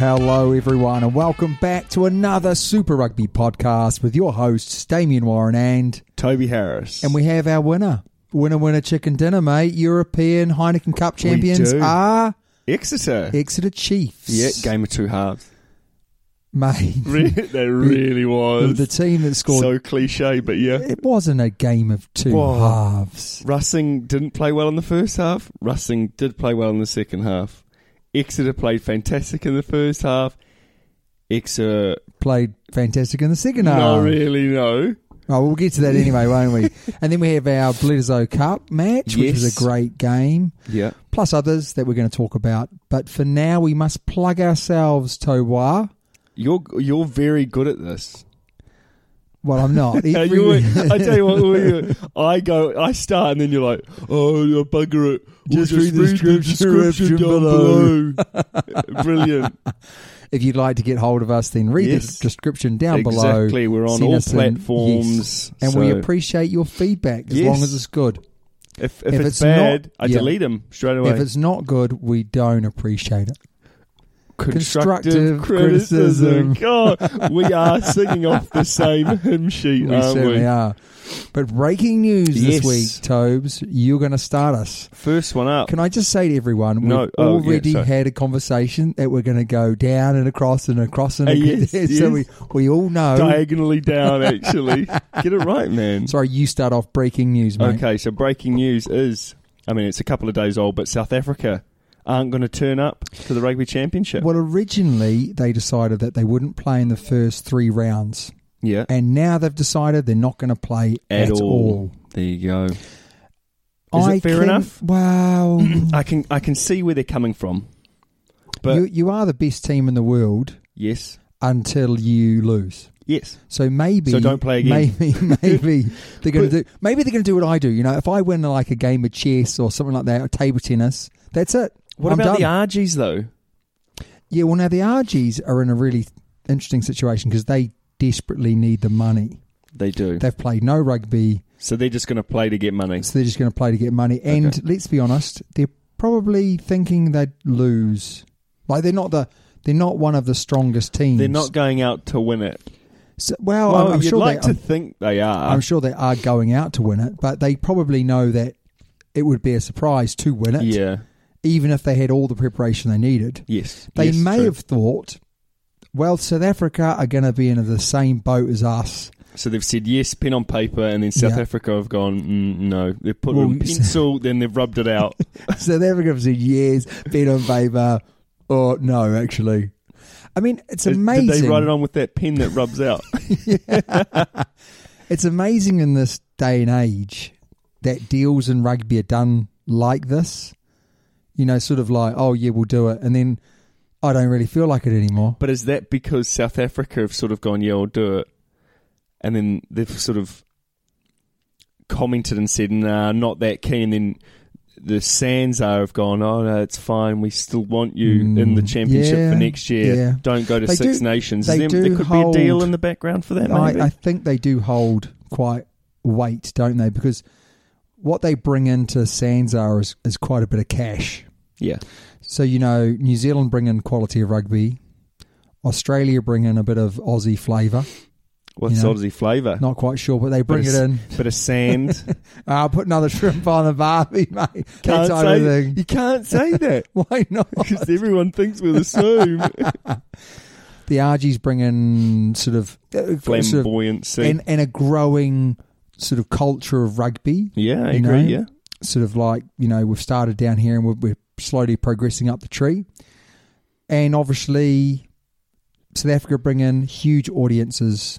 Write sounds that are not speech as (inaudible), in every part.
Hello, everyone, and welcome back to another Super Rugby podcast with your hosts, Damien Warren, and Toby Harris. and we have our winner, winner, winner, chicken dinner, mate. European Heineken Cup champions do. are Exeter. Exeter Chiefs. yeah, game of two halves. mate. that (laughs) really was. The team that scored. so cliche, but yeah. it wasn't a game of two Whoa. halves. Russing didn't play well in the first half. Russing did play well in the second half. Exeter played fantastic in the first half. uh, Exeter, Played fantastic in the second no, half. really, no. Oh, we'll get to that anyway, won't (laughs) we? And then we have our Bledisloe Cup match, which was Yes. a great game. Yeah. plus others that we're going to talk about. But for now, we must plug ourselves, Towa. You're you're very good at this. Well, I'm (laughs) not. Yeah, Every- you were- (laughs) I tell you what, we were- I go, I start, and then you're like, "Oh, you bugger it! We'll Just read the description description down below." below. (laughs) Brilliant! if you'd like to get hold of us, then read Yes. the description down below. Exactly. We're on Send all us in- yes. platforms, And we so- appreciate your feedback as Yes. long as it's good. If, if, If it's, it's bad, not- I yeah. delete them straight away. If it's not good, we don't appreciate it. constructive criticism. (laughs) God, we are singing off the same hymn sheet, We aren't certainly Um, we? are. But breaking news Yes. this week, Tobes, you're going to start us. First one up. Can I just say to everyone, No, we've oh, yeah, already sorry. had a conversation that we're going to go down and across and across and Uh, across. yes, (laughs) so yes. we, we all know. Diagonally (laughs) down, actually. Get it right, man. Sorry, you start off breaking news, mate. Okay, so breaking news is I mean, it's a couple of days old, but South Africa aren't going to turn up to the Rugby Championship. Well, originally they decided that they wouldn't play in the first three rounds, Yeah. and now they've decided they're not going to play at, all. There you go. Is I it fair can- enough? Well, I can I can see where they're coming from. (clears throat) But you, you are the best team in the world yes. until you lose. Yes. So maybe So don't play again. Maybe (laughs) (laughs) maybe they're going to do maybe they're going to do what I do. You know, if I win like a game of chess or something like that, or table tennis, that's it. What I'm about done. the RGs though? yeah? Well, now the RGs are in a really interesting situation because they desperately need the money. They do. They've played no rugby, so they're just going to play to get money. so they're just going to play to get money. And Okay. let's be honest, they're probably thinking they'd lose. Like they're not the they're not one of the strongest teams. They're not going out to win it. So, well, Well, Oh, I'm, I'm you'd sure like they, to think they are. I'm sure they are going out to win it, but they probably know that it would be a surprise to win it, Yeah. even if they had all the preparation they needed. Yes. They Yes, may true. have thought, well, South Africa are going to be in the same boat as us. (laughs) So they've said yes, pen on paper, and then South Yeah. Africa have gone mm, no. They've put it Well, (laughs) on pencil, then they've rubbed it out. South Africa have said, yes, bet on paper, or Oh, no, actually. I mean, it's amazing. Uh, Did they write it on with that pen that rubs out? It's amazing in this day and age that deals in rugby are done like this. You know, sort of like, oh yeah, we'll do it, and then I don't really feel like it anymore. But is that because South Africa have sort of gone, yeah, I'll do it, and then they've sort of commented and said, nah, not that keen. And then the Sands are have gone, oh no, it's fine. We still want you Mm, in the championship yeah, for next year. yeah. Don't go to They Six do- Nations. Is they there, do there could hold- be a deal in the background for that. Maybe. I, I think they do hold quite weight, don't they? Because what they bring into Sanzar is, is quite a bit of cash. yeah, So you know, New Zealand bring in quality of rugby. Australia bring in a bit of Aussie flavour. what's You know, Aussie flavour? Not quite sure, but they bring Bit it of in. Ah, s- Bit (laughs) of sand. I'll put another shrimp on the barbie, (laughs) mate. can't That type of say, thing. you can't say that (laughs) Why not? because everyone thinks we're the (laughs) same. The Argies bring in sort of, uh, sort of Flamboyancy. and, and a growing sort of culture of rugby. yeah, I you agree. know? Yeah. sort of like you know we've started down here and we're, we're slowly progressing up the tree and obviously south africa bring in huge audiences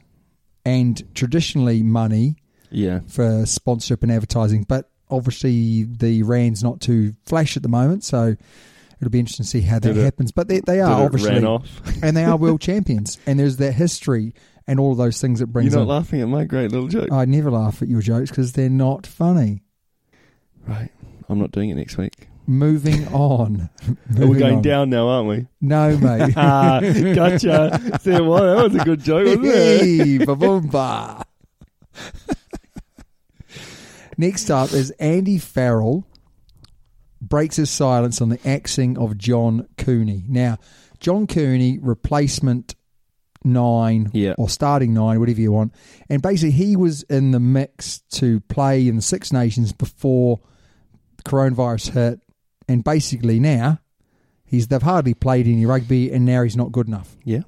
and traditionally money Yeah. for sponsorship and advertising but obviously the rand's not too flash at the moment so it'll be interesting to see how that Did it- happens but they, they Did are it Oh, obviously ran off. (laughs) and they are world (laughs) champions and there's that history and all of those things that brings Oh, You're not in. laughing at my great little joke. i never laugh at your jokes because they're not funny right. I'm not doing it next week. moving on Oh, we're Moving going on. down now, (laughs) aren't we? No, mate. Ah, gotcha. (laughs) See, well, that was a good joke, wasn't it? Hey, ba-boom, ba. Next up is Andy Farrell breaks his silence on the axing of John Cooney. Now, John Cooney, replacement nine Yeah. or starting nine, whatever you want. And basically, he was in the mix to play in the Six Nations before coronavirus hit. And basically, now he's they've hardly played any rugby, and now he's not good enough. Yeah.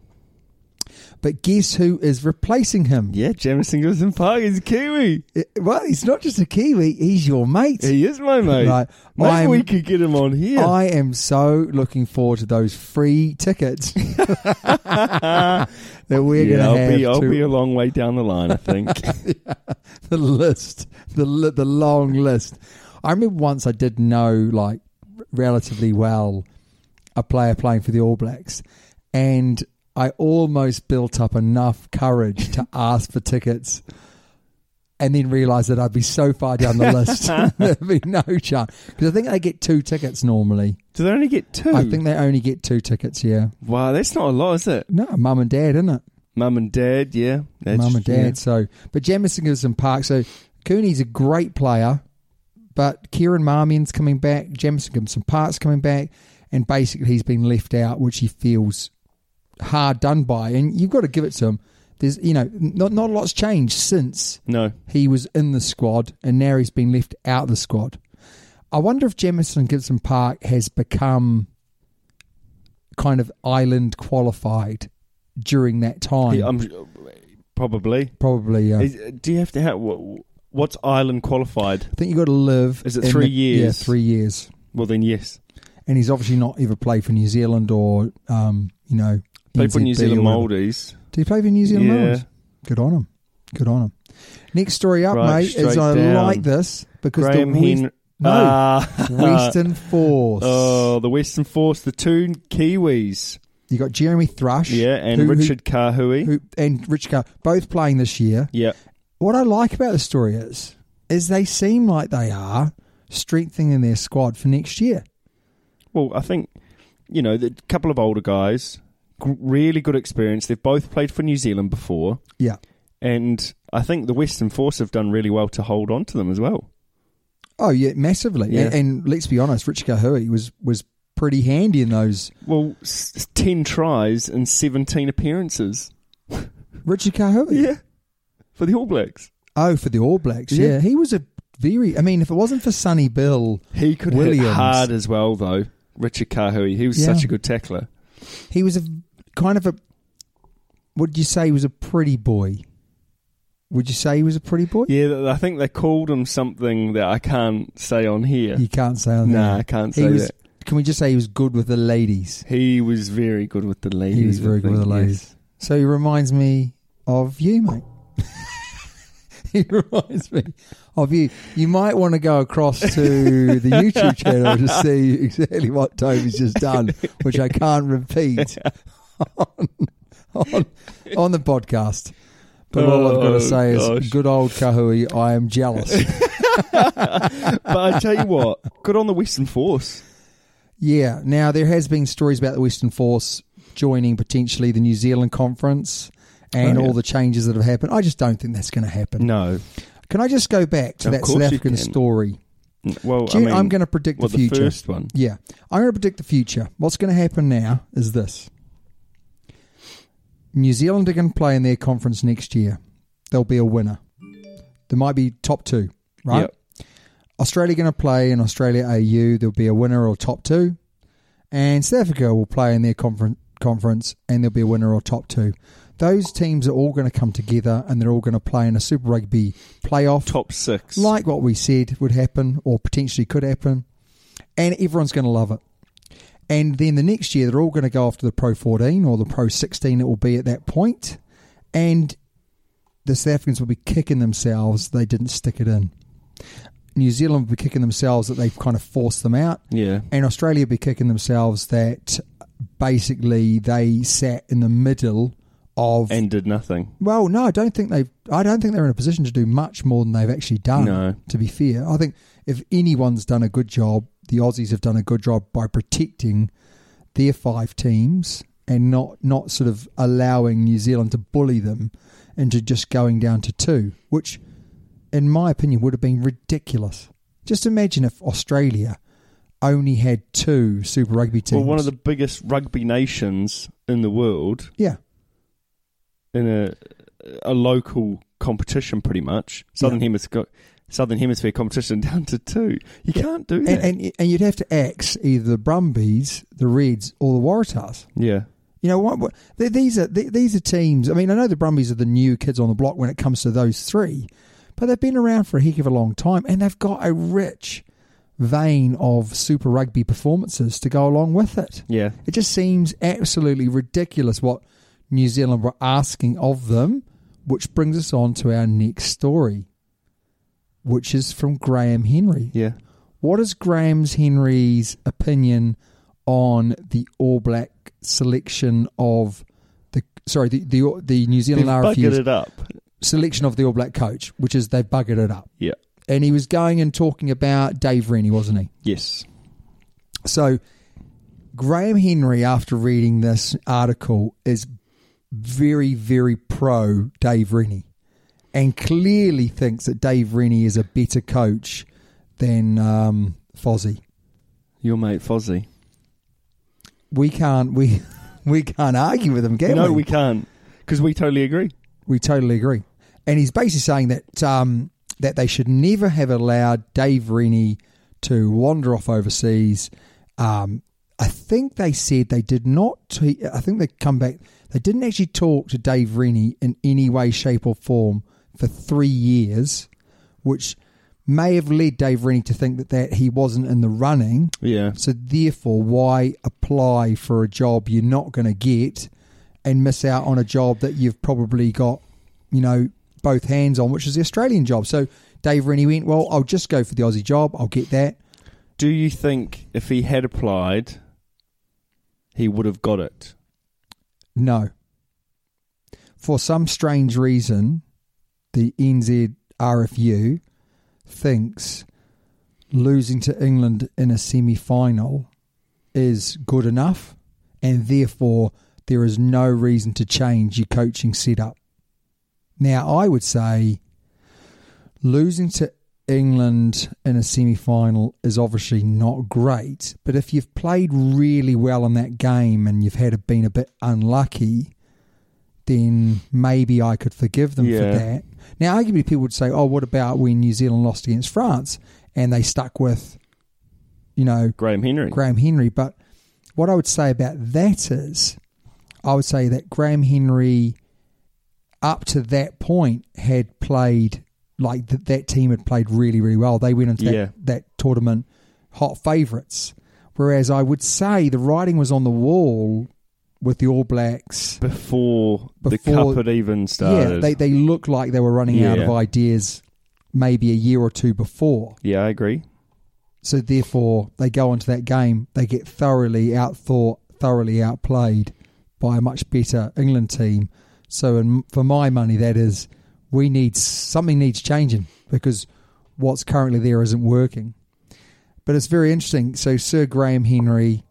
But guess who is replacing him? Yeah, Jamison Gibson Park is a Kiwi. Uh, Well, he's not just a Kiwi, he's your mate. He (laughs) is my mate. Right. Maybe I'm- we could get him on here. I am so looking forward to those free (laughs) tickets (laughs) that we're yeah, going I'll to have be, I'll to be a long way down the line, (laughs) I think. the list, the li- the long list. I remember once I did know like relatively well a player playing for the All Blacks, and I almost built up enough courage to ask for tickets, and then realised that I'd be so far down the list (laughs) there'd be no chance because I think they get two tickets normally. Do they only get two? I think they only get two tickets. Yeah, Wow, that's not a lot, is it? no, mum and dad, isn't it? Mum and dad, yeah. That's- mum and dad. yeah. So, but Jamison Gibson Park. So Cooney's a great player, but Kieran Marmion's coming back. Jamison Gibson Park's coming back, and basically he's been left out, which he feels hard done by. And you've got to give it to him. There's, you know, not not a lot's changed since No. he was in the squad, and now he's been left out of the squad. I wonder if Jamison Gibson Park has become kind of island qualified during that time. Yeah, I'm, probably. Probably, uh, yeah. Is, do you have to have what, what's Ireland qualified? I think you got to live. Is it in three the- Yeah, years? three years. Well, then yes, And he's obviously not ever played for New Zealand or, um, you know, played for NZB New Zealand or whatever. Maldives. Did he play for New Zealand Yeah. Maldies? Good on him. Good on him. Next story up, Right, mate, is straight I down. like this because Graham the West- Hen- no, Ah. (laughs) Western Force. (laughs) Oh, the Western Force, the two Kiwis, You got Jeremy Thrush, yeah, and who- who- Richard Kahui, who, and Richard Carr, both playing this year. yeah, What I like about the story is, is they seem like they are strengthening their squad for next year. Well, I think you know the couple of older guys, gr- really good experience. They've both played for New Zealand before, Yeah. and I think the Western Force have done really well to hold on to them as well. Oh yeah, massively. Yeah. And, and let's be honest, Rich Kahui was was pretty handy in those. Well, s- s- ten tries and seventeen appearances. Richard Kahui. Yeah, for the All Blacks, Oh, for the All Blacks. Yeah. Yeah. he was a very. I mean, if it wasn't for Sonny Bill, he could Williams. hit hard as well though. Richard Kahui, he was Yeah. such a good tackler. he was a kind of a. Would you say he was a pretty boy? Would you say he was a pretty boy? Yeah, th- I think they called him something that I can't say on here. You can't say on Nah, there. I can't He say was, that. Can we just say he was good with the ladies? He was very good with the ladies. He was very I good with the think, ladies. yes. (laughs) So he reminds me of you, mate. he reminds me of you. You might want to go across to the YouTube channel to see exactly what Toby's just done, which I can't (laughs) repeat on, on, on the podcast. But all I've got Oh, to say is, gosh. good old Kahui, I am jealous. But I tell you what, (laughs) good on the Western Force. yeah. Now there has been stories about the Western Force joining potentially the New Zealand conference and Oh, yeah. all the changes that have happened. I just don't think that's going to happen. No, Can I just go back to Of that course South you African can. story? well, Do I you- mean, I'm going to predict well, the future. first one. Yeah. I'm going to predict the future. What's going to happen now is this New Zealand are going to play in their conference next year. There'll be a winner. There might be top two, right? Yep. Australia going to play in Australia AU. There'll be a winner or top two. And South Africa will play in their conference, conference and there'll be a winner or top two. Those teams are all going to come together and they're all going to play in a Super Rugby playoff Top six. like what we said would happen or potentially could happen, and everyone's going to love it. And then the next year, they're all going to go after the Pro 14 or the Pro 16, it will be at that point, and the South Africans will be kicking themselves they didn't stick it in. New Zealand will be kicking themselves that they've kind of forced them out, yeah, and Australia will be kicking themselves that basically they sat in the middle of. and did nothing. Well, no, I don't think they've. I don't think they're in a position to do much more than they've actually done. No. To be fair, I think if anyone's done a good job, the Aussies have done a good job by protecting their five teams and not not sort of allowing New Zealand to bully them into just going down to two, which, in my opinion, would have been ridiculous. Just imagine if Australia only had two Super Rugby teams. Well, one of the biggest rugby nations in the world yeah, in a a local competition, pretty much southern Yeah. hemisphere southern hemisphere competition (laughs) down to two. You can't do that. and, and and you'd have to axe either the Brumbies, the Reds, or the Waratahs. yeah, You know what? what th- these are th- these are teams. I mean, I know the Brumbies are the new kids on the block when it comes to those three, but they've been around for a heck of a long time, and they've got a rich vein of Super Rugby performances to go along with it. yeah. It just seems absolutely ridiculous what New Zealand were asking of them, which brings us on to our next story, which is from Graham Henry. Yeah. What is Graham's Henry's opinion on the All Black selection of the sorry the the, the New They've Zealand buggered RFU's it up. selection of the All Black coach, which is they've buggered it up. Yeah. And he was going and talking about Dave Rennie, wasn't he? Yes. So Graham Henry, after reading this article, is very very pro Dave Rennie, and clearly thinks that Dave Rennie is a better coach than um, Fozzie. Your mate Fozzie. we can't we (laughs) we can't argue with him, can no, we? we can't. Because we totally agree. We totally agree. And he's basically saying that um, that they should never have allowed Dave Rennie to wander off overseas. Um, I think they said they did not. T- I think they come back. They didn't actually talk to Dave Rennie in any way, shape, or form for three years, which may have led Dave Rennie to think that, that he wasn't in the running. Yeah. So therefore, why apply for a job you're not going to get and miss out on a job that you've probably got, you know, both hands on, which is the Australian job. So Dave Rennie went, well, I'll just go for the Aussie job. I'll get that. Do you think if he had applied, he would have got it? No. For some strange reason, the NZ RFU thinks losing to England in a semi final is good enough, and therefore there is no reason to change your coaching setup. Now, I would say losing to England in a semi final is obviously not great, but if you've played really well in that game and you've had a, been a bit unlucky, then maybe I could forgive them Yeah. for that. Now, arguably, people would say, oh, what about when New Zealand lost against France and they stuck with, you know, Graham Henry. Graham Henry. But what I would say about that is, I would say that Graham Henry, up to that point, had played like th- that team had played really, really well. They went into that, Yeah. that tournament hot favourites. Whereas I would say the writing was on the wall with the All Blacks. before, the Before- cup had even Yeah, started. they they looked like they were running out of Yeah. ideas maybe a year or two before. Yeah, I agree. So therefore, they go onto that game, they get thoroughly outthought, thoroughly outplayed by a much better England team. So, in, for my money, that is we need something needs changing because what's currently there isn't working. But it's very interesting. So, Sir Graham Henry,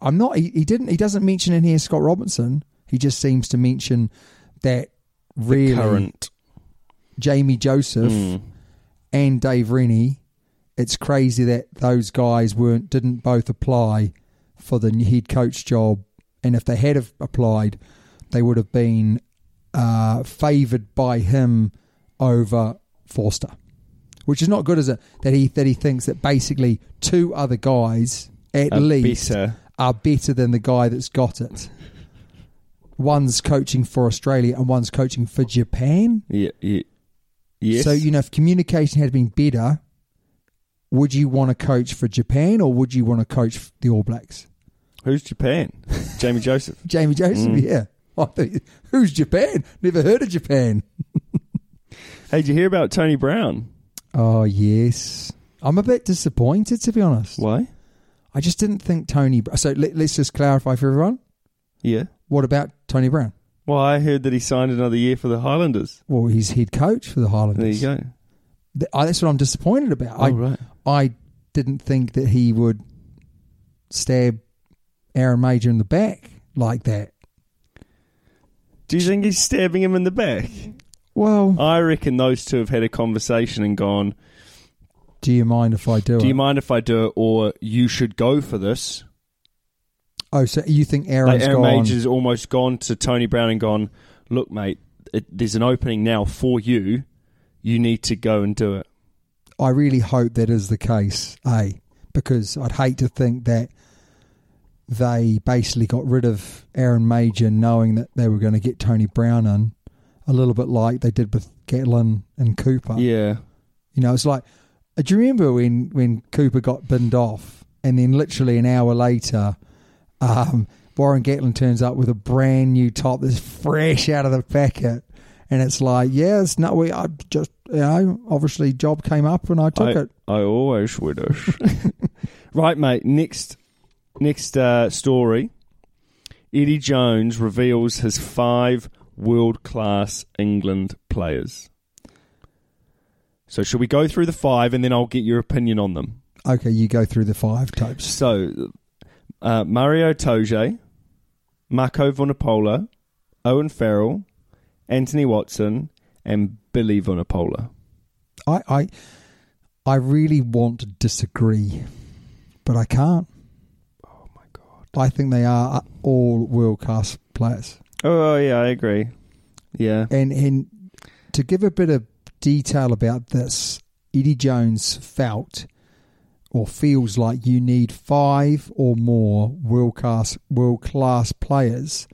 I'm not. He, he didn't. He doesn't mention in here Scott Robinson. He just seems to mention that really Current. Jamie Joseph Mm. and Dave Rennie, it's crazy that those guys weren't didn't both apply for the head coach job, and if they had have applied, they would have been uh, favoured by him over Forster, which is not good, is it? That he that he thinks that basically two other guys at Are least better. are better than the guy that's got it. One's coaching for Australia and one's coaching for Japan. Yeah, yeah. Yes. So you know, if communication had been better, would you want to coach for Japan or would you want to coach the All Blacks? (laughs) Who's Japan? Jamie Joseph. Jamie Joseph, Mm. yeah. (laughs) I thought, who's Japan? Never heard of Japan. Hey, did you hear about Tony Brown? Oh yes, I'm a bit disappointed to be honest. Why? I just didn't think Tony. Br- So let, let's just clarify for everyone. Yeah. What about Tony Brown? Well, I heard that he signed another year for the Highlanders. Well, he's head coach for the Highlanders. There you go. Th- I- That's what I'm disappointed about. I, All right. I didn't think that he would stab Aaron Major in the back like that. Do you think he's stabbing him in the back? Well, I reckon those two have had a conversation and gone, Do you mind if I do, Do it? you mind if I do it? Or you should go for this. Oh, so you think Aaron's Like Aaron gone? Major's almost gone to Tony Brown and gone, Look, mate, it, there's an opening now for you. You need to go and do it. I really hope that is the case, eh? Because I'd hate to think that they basically got rid of Aaron Major, knowing that they were going to get Tony Brown in, a little bit like they did with Gatlin and Cooper. Yeah. You know, it's like, uh, do you remember when, when Cooper got binned off and then literally an hour later, um, Warren Gatlin turns up with a brand new top that's fresh out of the packet. And it's like, yeah, it's not, we, I just, you know, obviously job came up and I took I, it. I always would have. (laughs) right, mate. Next, next uh, story. Eddie Jones reveals his five world-class England players. So, should we go through the five, and then I'll get your opinion on them? Okay, you go through the five types. So, uh, Mario Toge, Marco Vunipola, Owen Farrell, Anthony Watson, and Billy Vunipola. I, I, I really want to disagree, but I can't. Oh my God. I think they are all world class players. Oh yeah, I agree. Yeah. And and to give a bit of detail about this, Eddie Jones felt or feels like you need five or more world class world class players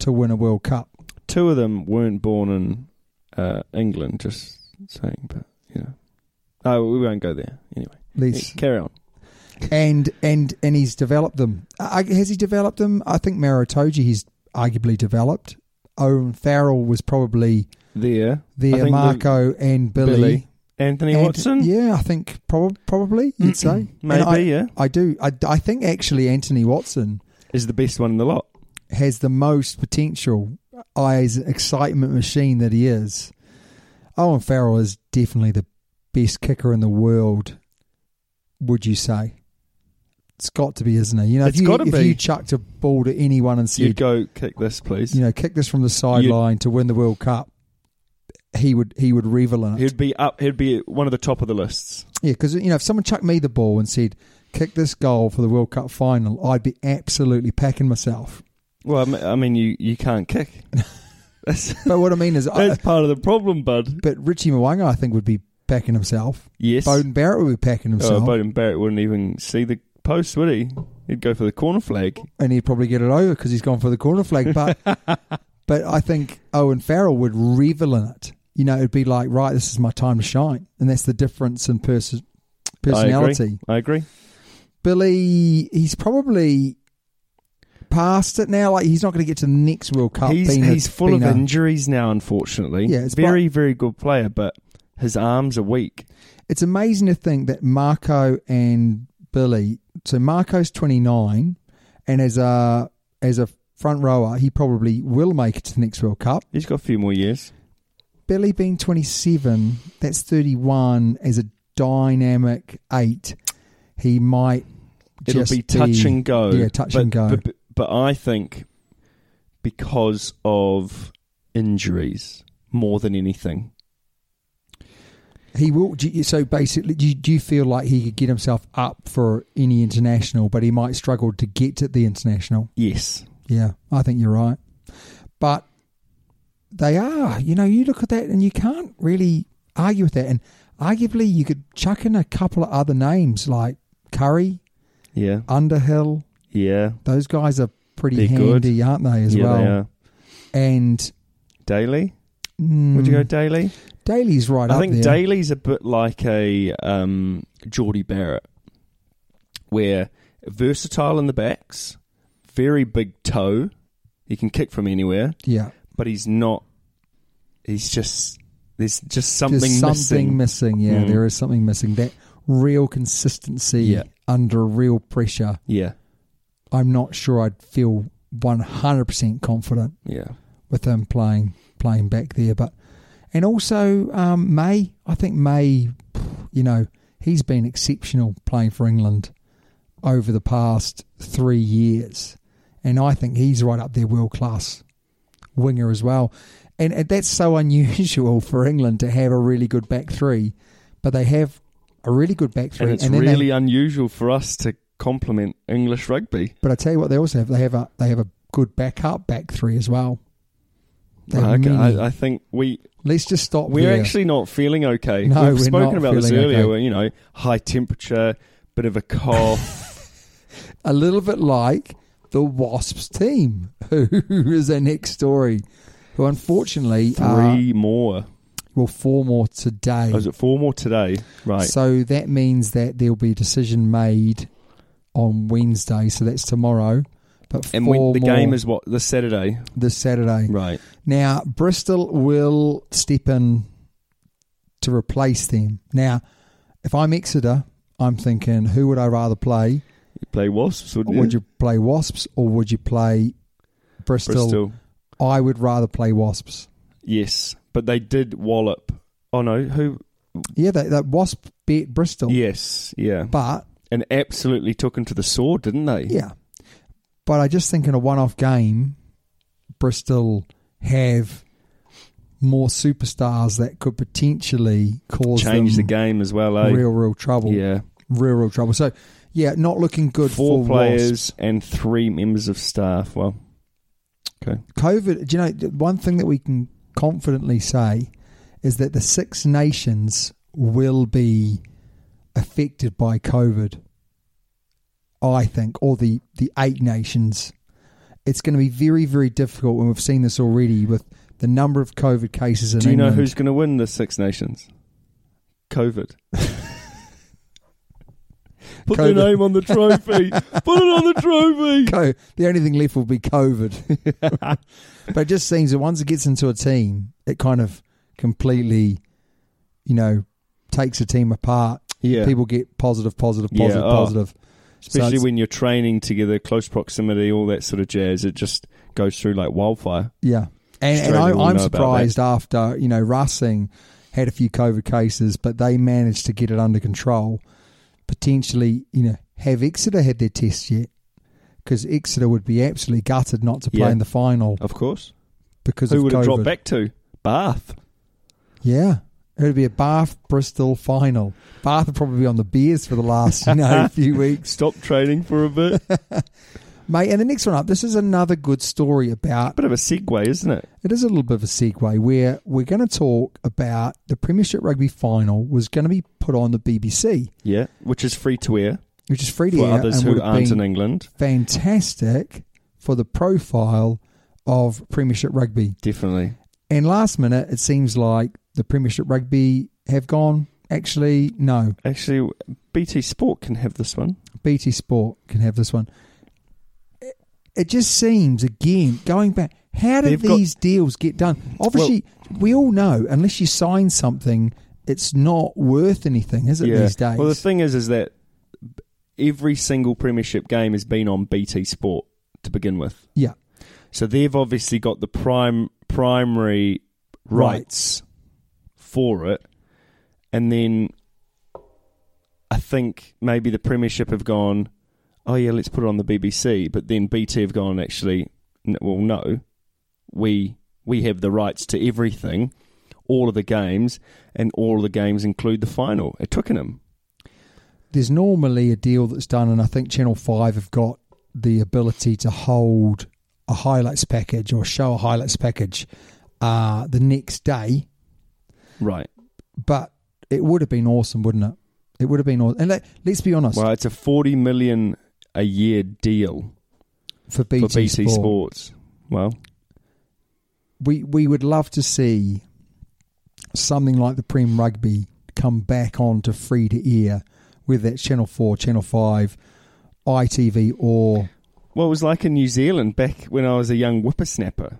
to win a World Cup. two of them weren't born in uh, England. Just saying, but you know, oh, we won't go there anyway. These Carry on. and and and he's developed them. I, I- has he developed them? I think Maritoji he's arguably developed. Owen Farrell was probably There, I there. think Marco and the- Billy. Anthony And- Watson. Yeah, I think prob- probably you'd say Maybe, And I- yeah. I do. I, I think actually Anthony Watson is the best one in the lot. has the most potential. Eyes excitement machine that he is. Owen Farrell is definitely the best kicker in the world. Would you say? It's got to be, isn't it? You know, It's if you gotta if be. you chucked a ball to anyone and You'd said, go kick this, please. you know, kick this from the sideline to win the World Cup, he would he would revel in it. He'd be up. He'd be one of the top of the lists. Yeah, because you know, if someone chucked me the ball and said, "Kick this goal for the World Cup final," I'd be absolutely packing myself. Well, I me- I mean, you you can't kick. That's, But what I mean is, (laughs) I, that's part of the problem, bud. but Richie Mwanga, I think, would be packing himself. Yes. Bowden Barrett would be packing oh, himself, Bowden Barrett wouldn't even see the post, would he? He'd go for the corner flag. and he'd probably get it over because he's gone for the corner flag. (laughs) But but I think Owen Farrell would revel in it. You know, it'd be like, right, this is my time to shine, and that's the difference in person I agree. personality. I agree. Billy, he's probably past it now. Like he's not going to get to the next World Cup. he's being a- he's full being of a- injuries now, unfortunately. Yeah, it's very very good player, but his arms are weak. It's amazing to think that Marco and Billy. So Marco's twenty nine, and as a as a front rower, he probably will make it to the next World Cup. He's got a few more years. Billy being 27, that's 31 as a dynamic eight. He might It'll just be touch and go. Yeah, touch but, and go. But, but I think because of injuries more than anything. He will. do you- So basically, do you, do you feel like he could get himself up for any international, but he might struggle to get to the international? Yes. Yeah, I think you're right. But they are. You know, you look at that and you can't really argue with that. And arguably, you could chuck in a couple of other names like Curry, Yeah. Underhill. Yeah. Those guys are pretty They're good. handy, aren't they? As yeah, well. they are. And Daily? mm, Would you go daily? Daly's right I up think there. Daly's a bit like a um, Geordie Barrett, where versatile in the backs, very big toe, he can kick from anywhere, yeah, but he's not. He's just there's just something, there's something missing. missing. Yeah, Mm. there is something missing. That real consistency Yeah. under real pressure. yeah, I'm not sure I'd feel 100 percent confident yeah, with him playing playing back there. But and also um, May, I think May, you know, he's been exceptional playing for England over the past three years, and I think he's right up there, world class winger as well. And, and that's so (laughs) unusual for England to have a really good back three, but they have a really good back three, and it's then they- really unusual for us to compliment English rugby. but I tell you what, they also have they have a they have a good backup back three as well. They have Okay, many- I, I think we Let's just stop. We're there. actually not feeling okay. No, We've we're spoken not about this feeling earlier. okay. where, You know, high temperature, bit of a (laughs) cough. a little bit like the Wasps team, (laughs) who is their next story, who unfortunately are, Three more. well four more today. Oh, is it four more today? Right. So that means that there'll be a decision made on Wednesday. So that's tomorrow. But and four when the more game is what this Saturday. this Saturday. Right. Now Bristol will step in to replace them. Now, if I'm Exeter, I'm thinking who would I rather play? You play Wasps, wouldn't Would you play Wasps or would you play Bristol. Bristol. I would rather play Wasps. Yes, but they did wallop. Oh no, who? Yeah, that, that Wasp beat Bristol. Yes, yeah, But, and absolutely took him to the sword, didn't they? yeah. But I just think in a one off game, Bristol have more superstars that could potentially cause Changed the them game as well. Eh? real, real trouble. yeah, Real, real trouble. So, yeah, not looking good four for players Wasps. and three members of staff. Well, okay. COVID, do you know, the one thing that we can confidently say is that the Six Nations will be affected by COVID, I think, or the, the eight nations. It's going to be very, very difficult, and we've seen this already with the number of COVID cases in Do you know England. who's going to win the Six Nations? (laughs) COVID. Put COVID. the name on (laughs) the trophy. Put it on the (laughs) trophy. Co- the only thing left will be COVID. (laughs) but it just seems that once it gets into a team, it kind of completely, you know, takes a team apart. Yeah. People get positive, positive, Yeah, positive, oh. positive. So Especially it's- when you're training together, close proximity, all that sort of jazz. It just goes through like wildfire. Yeah. And, and Australia I, will I'm know about surprised after, you know, Racing had a few COVID cases, but they managed to get it under control. Potentially, you know, have Exeter had their test yet? Because Exeter would be absolutely gutted not to play Yeah. in the final Of course. because Who of would COVID. it drop back to? Bath. Yeah. It would be a Bath Bristol final. Bath would probably be on the beers for the last, you (laughs) know, few weeks. Stop training for (laughs) a bit. Mate, and the next one up, this is another good story about bit of a segue, isn't it? It is a little bit of a segue where we're going to talk about the Premiership Rugby final was going to be put on the BBC, Yeah. Which is free to air which is free to for air others and who would have aren't been in England. fantastic for the profile of Premiership Rugby. Definitely. And last minute, it seems like the Premiership Rugby have gone. Actually, no, Actually, BT Sport can have this one. BT Sport can have this one. it just seems again going back. How do They've got- these deals get done? Obviously, we all know unless you sign something, it's not worth anything, is it? These days, Well, the thing is, is that every single Premiership game has been on BT Sport to begin with. yeah, So they've obviously got the prime primary rights for it, and then I think maybe the Premiership have gone, oh yeah, let's put it on the BBC, but then BT have gone actually, n- well no, we we have the rights to everything, all of the games, and all of the games include the final at Twickenham. there's normally a deal that's done, and I think Channel Five have got the ability to hold a highlights package or show a highlights package uh, the next day. Right. But it would have been awesome, wouldn't it? It would have been awesome. And let, let's be honest Well, it's a forty million a year deal for BT, for BT Sport, Sports. Well, we we would love to see something like the Prem Rugby come back onto free to air, whether that's Channel Four, Channel Five, ITV, or Well, it was like in New Zealand back when I was a young whippersnapper.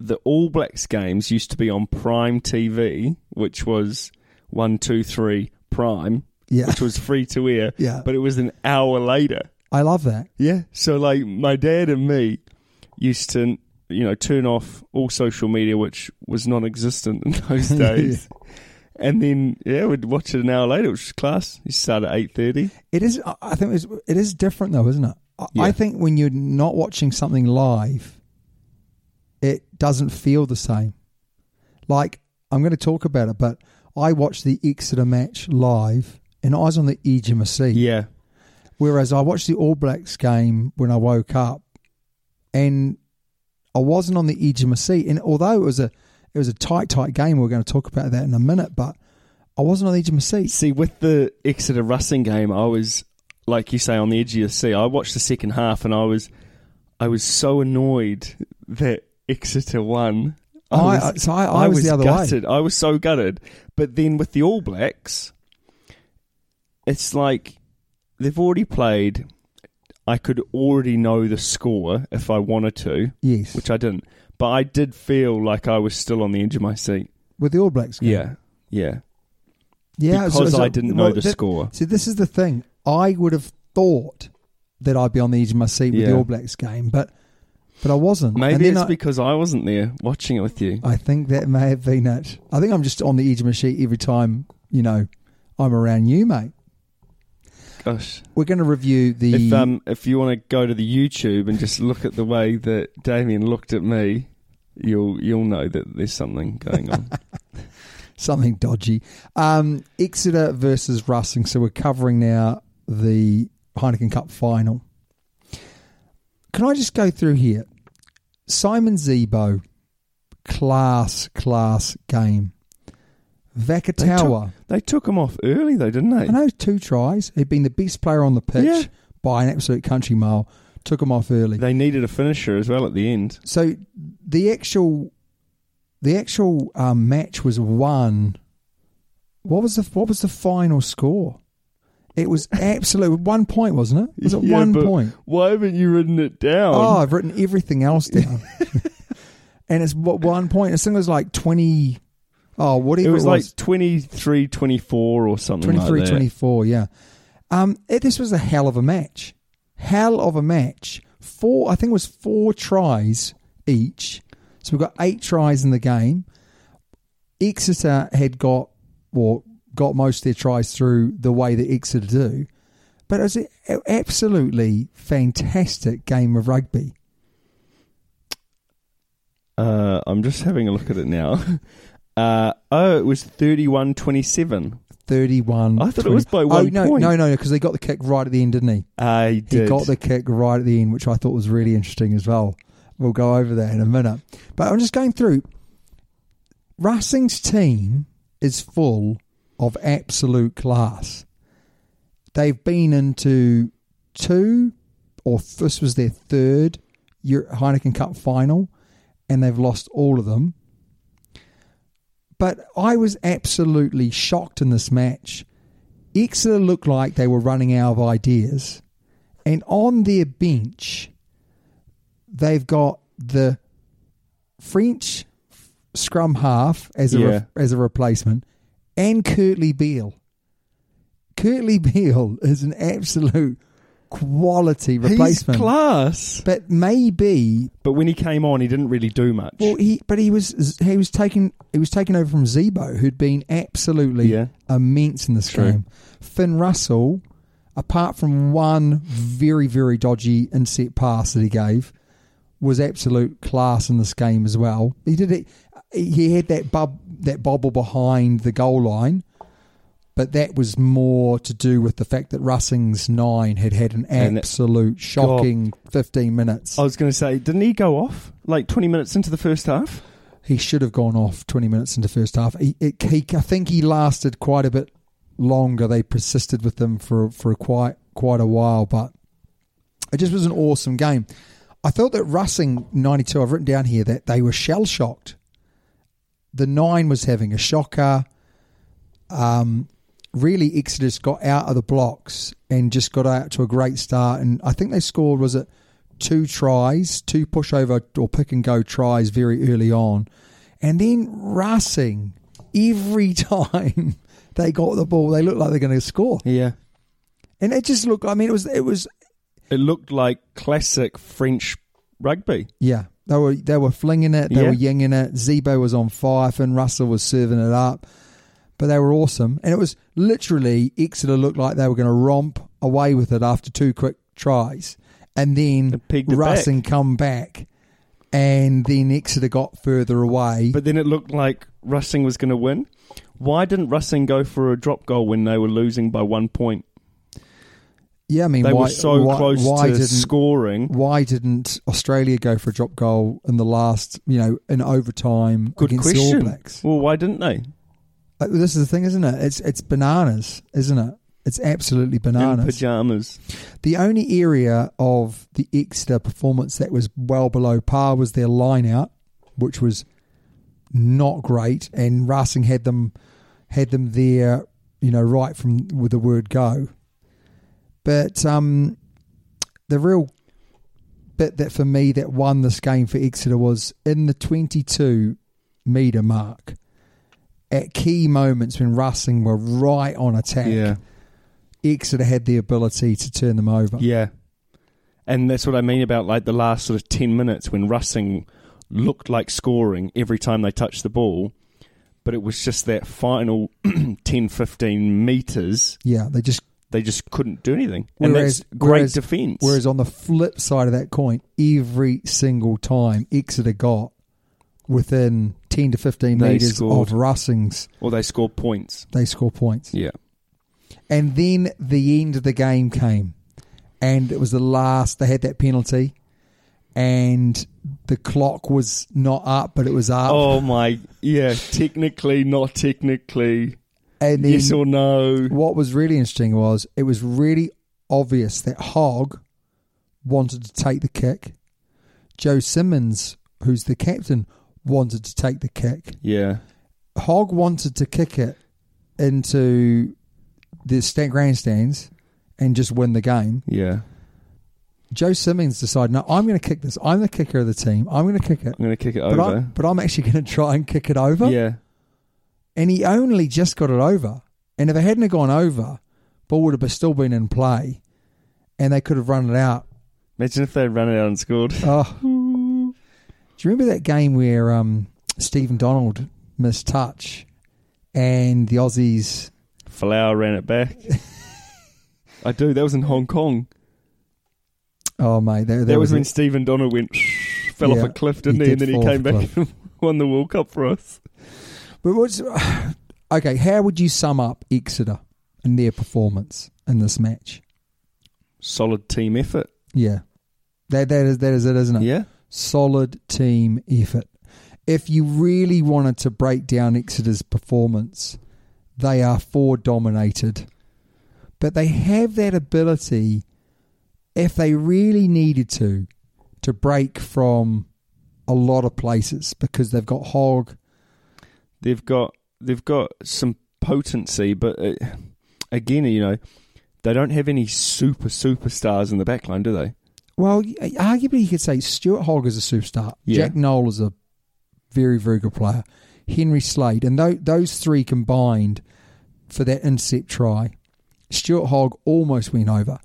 The All Blacks games used to be on Prime TV, which was one, two, three Prime, Yeah. which was free to air. Yeah. but it was an hour later. I love that. Yeah, so like my dad and me used to, you know, turn off all social media, which was non-existent in those days. And then yeah, we'd watch it an hour later, which was class. You start at eight thirty. It is. I- I think it's, it is different though, isn't it? I, Yeah. I think when you're not watching something live, it doesn't feel the same. Like I'm going to talk about it, but I watched the Exeter match live, and I was on the edge of my seat. Yeah, Whereas I watched the All Blacks game when I woke up, and I wasn't on the edge of my seat. And although it was a it was a tight, tight game, we're going to talk about that in a minute, but I wasn't on the edge of my seat. See, with the Exeter Racing game, I was like you say on the edge of your seat. I watched the second half, and I was, I was so annoyed that Exeter won. I- so I- I was the other way. gutted. I was so gutted. But then with the All Blacks, it's like they've already played. I could already know the score if I wanted to, Yes, which I didn't. But I did feel like I was still on the edge of my seat. with the All Blacks game. Yeah, yeah. Yeah, Because I didn't know the that- score. See, this is the thing. I would have thought that I'd be on the edge of my seat with the Yeah. All Blacks game, but but I wasn't. And Maybe then it's I, because I wasn't there watching it with you. I think that may have been it. I think I'm just on the edge of my seat every time you know I'm around you, mate. Gosh. We're going to review the. If um if you want to go to the YouTube and just look at the way that Damien looked at me, you'll you'll know that there's something (laughs) going on. something dodgy. Um, Exeter versus Racing. So we're covering now the Heineken Cup final. Can I just go through here? Simon Zebo, class, class game. Vakatawa. they took him off early though, didn't I they? know two tries. He'd been the best player on the pitch Yeah. by an absolute country mile. Took him off early. They needed a finisher as well at the end. So the actual, the actual um, match was won. What was the what was the final score? It was absolute (laughs) one point, wasn't it? Was it (laughs) Yeah, one but point? Why haven't you written it down? Oh, I've written everything else down, (laughs) and it's what one point. This thing was like twenty. Oh, whatever it was it like was 23 24 or something 23 like that. 24 yeah um it- this was a hell of a match hell of a match four i think it was four tries each so we've got eight tries in the game exeter had got well got most of their tries through the way that exeter do but it was a- a- absolutely fantastic game of rugby Uh, I'm just having a look at it now. (laughs) Uh, oh, it was 31 27. 31 I thought it was by oh, one no, point. no no because they got the kick right at the end didn't he I He did. got the kick right at the end, which I thought was really interesting as well. We'll go over that in a minute. But I'm just going through. Racing's team is full of absolute class. They've been into two, or this was their third Euro- Heineken Cup final, and they've lost all of them. But I was absolutely shocked in this match. Exeter looked like they were running out of ideas. And on their bench, they've got the French scrum half as a re- Yeah. as a replacement, and Curtly Beale. Curtly Beale (laughs) is an absolute quality replacement. He's class. but maybe But when he came on, he didn't really do much. well, he but he was he was taken he was taken over from Zebo, who'd been absolutely Yeah. immense in this True. game. Finn Russell, apart from one very very dodgy inset pass that he gave, was absolute class in this game as well. He did it. He had that bub that bobble behind the goal line. But that was more to do with the fact that Russing's nine had had an And that- absolute shocking 15 minutes. I was going to say, didn't he go off like 20 minutes into the first half? he should have gone off 20 minutes into first half. He, it, he, I think he lasted quite a bit longer. They persisted with them for for quite quite a while, but it just was an awesome game. I felt that Russing 92, I've written down here that they were shell shocked. The nine was having a shocker. Um, really, Exodus got out of the blocks and just got out to a great start. And I think they scored, was it two tries, two pushover or pick and go tries very early on. And then Racing, every (laughs) time they got the ball, they looked like they're going to score. Yeah. And it just looked, I mean, it was, it was, It looked like classic French rugby. Yeah, they were they were flinging it, they Yeah. were yinging it. Zebo was on fire, and Russell was serving it up, but they were awesome. And it was literally Exeter looked like they were going to romp away with it after two quick tries, and then They pegged it Russell come back, and then Exeter got further away. But then it looked like Russing was going to win. Why didn't Russing go for a drop goal when they were losing by one point? yeah, I mean, They why, were so why, close why to didn't scoring. why didn't Australia go for a drop goal in the last, you know, in overtime Good against question. the All Blacks? Well, why didn't they? Like, this is the thing, isn't it? It's it's bananas, isn't it? It's absolutely In bananas. pajamas. The only area of the Exeter performance that was well below par was their line out, which was not great, and Racing had them had them there, you know, right from with the word go. But um, the real bit that for me that won this game for Exeter was in the 22 meter mark at key moments when Racing were right on attack. Exeter had the ability to turn them over. Yeah. And that's what I mean about like the last sort of 10 minutes when Russing looked like scoring every time they touched the ball, but it was just that final (clears throat) 10 15 meters Yeah, they just they just couldn't do anything. and Whereas- that's great whereas- defense. whereas on the flip side of that coin, every single time Exeter got within ten to fifteen They meters scored. of Russing's, or they score points. they score points. Yeah. And then the end of the game came, and it was the last. They had that penalty, and the clock was not up, but it was up. Oh my, yeah, technically not technically. and then Yes or no. what was really interesting was it was really obvious that Hogg wanted to take the kick. Joe Simmons, who's the captain, wanted to take the kick. Yeah. Hogg wanted to kick it into the sta- grandstands and just win the game. Yeah. Joe Simmons decided, no, I'm going to kick this. I'm the kicker of the team. I'm going to kick it. I'm going to kick it But over. I'm, but I'm actually going to try and kick it over. yeah. and he only just got it over. And if it hadn't have gone over, ball would have still been in play, and they could have run it out. Imagine if they run it out and scored. Oh, do you remember that game where um, Stephen Donald missed touch, and the Aussies? Flower ran it back. (laughs) I do. That was in Hong Kong. Oh mate, that, that That was was when it. Stephen Donald (laughs) went, fell Yeah, off a cliff, didn't he he? did and then he fall off came the back and (laughs) won the World Cup for us. But what's (sighs) okay? How would you sum up Exeter and their performance in this match? Solid team effort. Yeah, that that is that is it, isn't it? Yeah. solid team effort. If you really wanted to break down Exeter's performance, they are four dominated. But they have that ability, if they really needed to, to break from a lot of places because they've got Hogg. They've got they've got some potency, but uh, again, you know, they don't have any super superstars in the back line, do they? Well, y- arguably you could say Stuart Hogg is a superstar. Yeah. Jack Noel is a very, very good player. Henry Slade, and tho- those three combined for that intercept try, Stuart Hogg almost went over.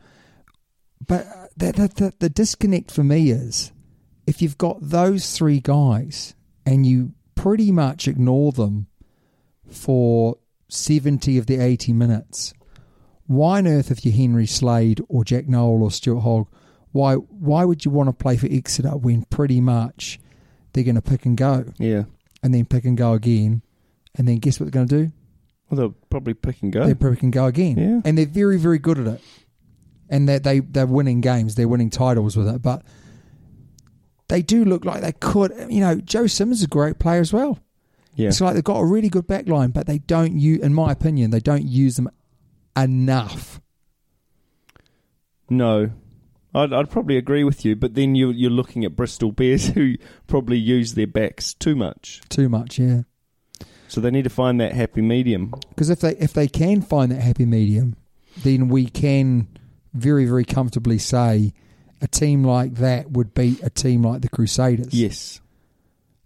But uh, the, the, the, the disconnect for me is if you've got those three guys and you pretty much ignore them for 70 of the 80 minutes, why on earth, if you're Henry Slade or Jack Noel or Stuart Hogg, why why would you want to play for Exeter when pretty much they're going to pick and go Yeah. and then pick and go again, and then guess what they're going to do? Well, they'll probably pick and go. They probably can go again, Yeah. and they're very very good at it, and that they they're winning games, they're winning titles with it, but. They do look like they could, you know. Joe Simmons is a great player as well. yeah. It's like they've got a really good back line, but they don't use, in my opinion, they don't use them enough. No, I'd, I'd probably agree with you, but then you, you're looking at Bristol Bears (laughs) who probably use their backs too much. Too much, yeah. So they need to find that happy medium. Because if they if they can find that happy medium, then we can very very comfortably say a team like that would beat a team like the Crusaders. Yes.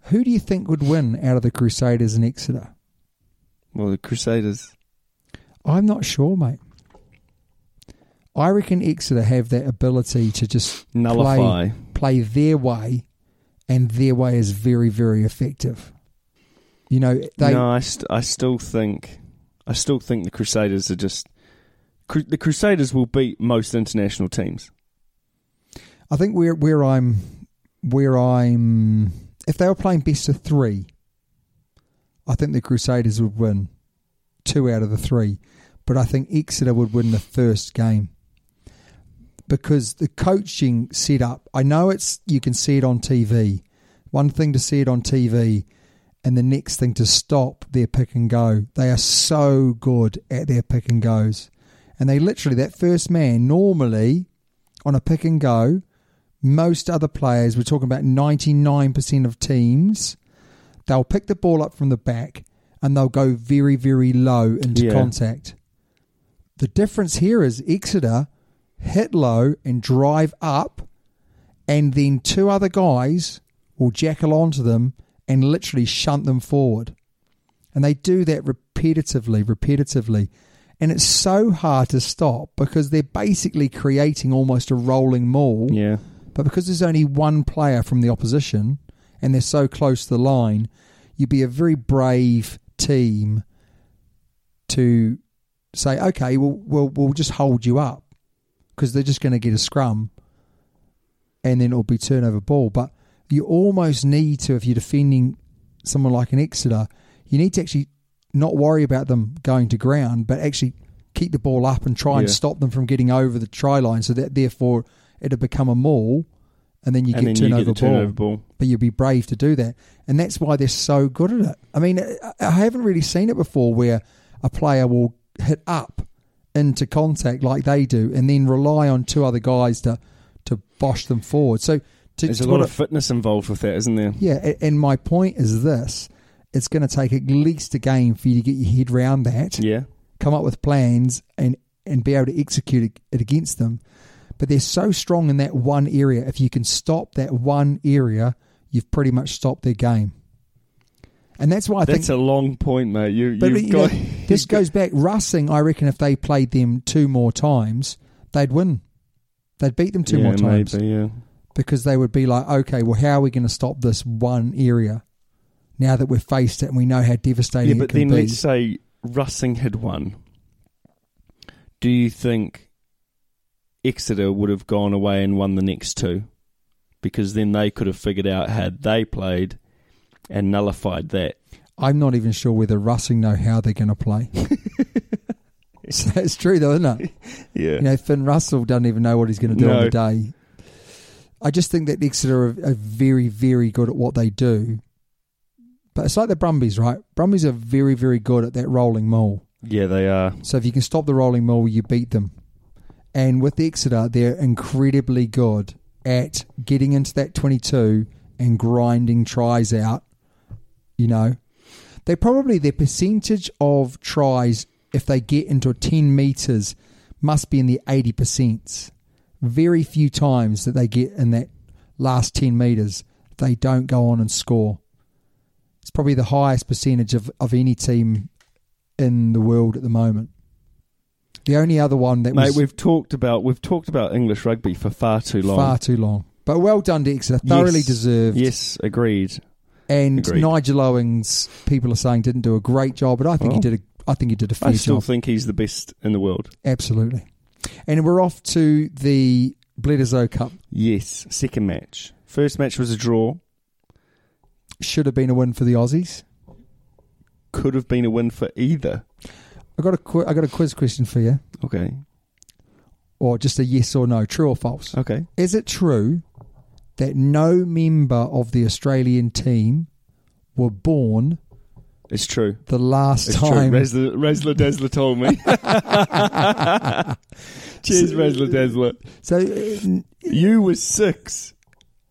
Who do you think would win out of the Crusaders and Exeter? Well, the Crusaders. I'm not sure, mate. I reckon Exeter have that ability to just Nullify. play, play their way, and their way is very very effective. You know they no, I, st- I still think, I still think the Crusaders are just. Cru- the Crusaders will beat most international teams. I think where where I'm where I'm if they were playing best of three, I think the Crusaders would win two out of the three, but I think Exeter would win the first game because the coaching setup. I know it's you can see it on TV. One thing to see it on TV, and the next thing to stop their pick and go. They are so good at their pick and goes, and they literally that first man normally on a pick and go. Most other players, we're talking about 99% of teams, they'll pick the ball up from the back and they'll go very, very low into Yeah. contact. The difference here is Exeter hit low and drive up, and then two other guys will jackal onto them and literally shunt them forward. And they do that repetitively, repetitively. And it's so hard to stop because they're basically creating almost a rolling maul. Yeah. But because there's only one player from the opposition and they're so close to the line, you'd be a very brave team to say, okay, well, we'll, we'll just hold you up because they're just going to get a scrum and then it'll be turnover ball. But you almost need to, if you're defending someone like an Exeter, you need to actually not worry about them going to ground, but actually keep the ball up and try and Yeah. stop them from getting over the try line so that therefore it'll become a maul and then you get and then turnover you get the ball turnover ball. but you'd be brave to do that. And that's why they're so good at it. I mean, I- I haven't really seen it before where a player will hit up into contact like they do and then rely on two other guys to, to bosh them forward. So to, There's to a put lot it- of fitness involved with that, isn't there? yeah, a- and my point is this. It's going to take at least a game for you to get your head round that Yeah. come up with plans and and be able to execute it against them. But they're so strong in that one area. If you can stop that one area, you've pretty much stopped their game. And that's why I That's think. a long point, mate. You, but you've you know, got. (laughs) this goes (laughs) back. Russing, I reckon, if they played them two more times, they'd win. They'd beat them two yeah, more times Maybe, yeah. because they would be like, okay, well, how are we going to stop this one area now that we've faced it and we know how Yeah, devastating but it can then be? let's say Russing had won. Do you think Exeter would have gone away and won the next two? Because then they could have figured out how they played and nullified that. I'm not even sure whether Russing know how they're going to play. so it's true though, isn't it? Yeah. You know, Finn Russell doesn't even know what he's going to do on No. the day. I just think that Exeter are, are very, very good at what they do. But it's like the Brumbies, right? Brumbies are very, very good at that rolling maul. yeah, they are. So if you can stop the rolling maul, you beat them. And with Exeter, they're incredibly good at getting into that 22 and grinding tries out. You know, they probably their percentage of tries if they get into 10 meters must be in the 80 percent very few times that they get in that last 10 metres, they don't go on and score. It's probably the highest percentage of, of any team in the world at the moment. The only other one that Mate, was we've talked about we've talked about English rugby for far too long. far too long. But well done to Exeter. Thoroughly Yes. deserved. Yes, agreed. And Agreed. Nigel Owings, people are saying, didn't do a great job, but I think he Well, did a I think he did a fair Oh. I still job. think he's the best in the world. Absolutely. And we're off to the Bledisloe Cup. Yes, second match. First match was a draw. Should have been a win for the Aussies. Could have been a win for either. I got a qu- I got a quiz question for you, Okay. or just a yes or no, true or false. Okay. Is it true that no member of the Australian team were born It's true. the last It's time? true. Resler, Resler Desler told (laughs) me. Cheers, Resler Desler. so uh, You were six.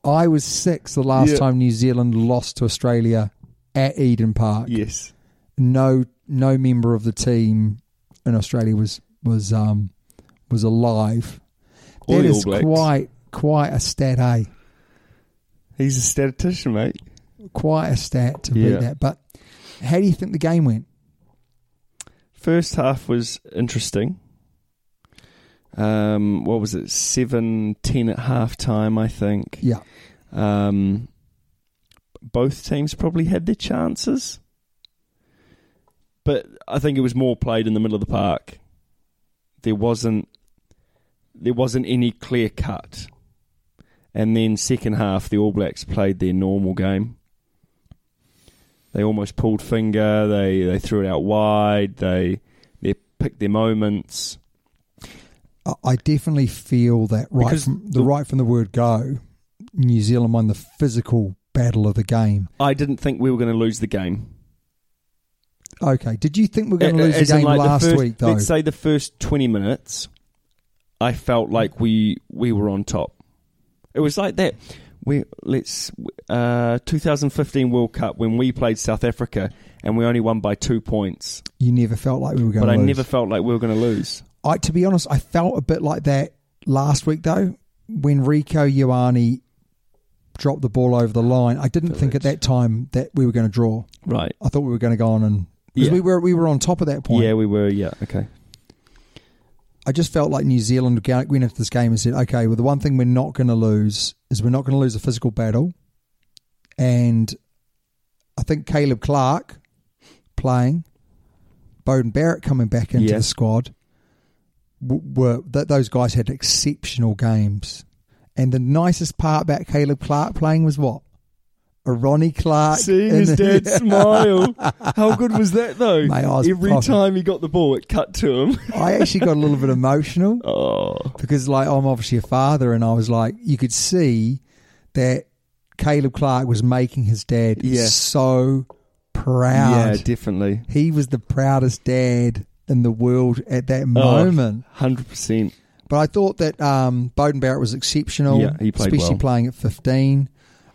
I was six the last Yeah. time New Zealand lost to Australia at Eden Park. Yes. No, no member of the team in Australia was was um was alive. All that the All is Blacks. quite quite a stat, eh? He's a statistician, mate. Quite a stat to beat Yeah. that. But how do you think the game went? First half was interesting. Um, what was it? Seven ten at half time, I think. Yeah. Um, both teams probably had their chances, but I think it was more played in the middle of the park. There wasn't there wasn't any clear cut, and then second half the All Blacks played their normal game. They almost pulled finger. They they threw it out wide. They they picked their moments. I- I definitely feel that right Because from the, the- right from the word go, New Zealand won the physical battle of the game. I didn't think we were going to lose the game. Okay, did you think we we're going to lose the As in, game like, the last first- week though? Let's say the first twenty minutes, I felt like we we were on top. It was like that. We let's uh, 2015 World Cup when we played South Africa and we only won by two points, you never felt like we were going but to I lose. never felt like we were going to lose. I, to be honest, I felt a bit like that last week though, when Rico Ioane dropped the ball over the line. I didn't think at that time that we were going to draw. Right? I thought we were going to go on and because Yeah. we were we were on top at that point. Yeah, we were. Yeah. Okay. I just felt like New Zealand ga- went into this game and said, okay, well, the one thing we're not going to lose is we're not going to lose a physical battle. And I think Caleb Clark playing, Bowden Barrett coming back into Yeah. the squad, w- were that those guys had exceptional games. And the nicest part about Caleb Clark playing was what? A Ronnie Clark. Seeing in (laughs) his the- dad smile, how good was (laughs) that though? Mate, I was Every proper- time he got the ball, it cut (laughs) to him. I actually got a little bit emotional. (laughs) Oh, because like I'm obviously a father, and I was like, you could see that Caleb Clark was making his dad Yeah. so yeah, proud. definitely, he was the proudest dad in the world at Oh, that moment. hundred percent. But I thought that um, Bowden Barrett was exceptional, Yeah, he played especially well. playing at 15.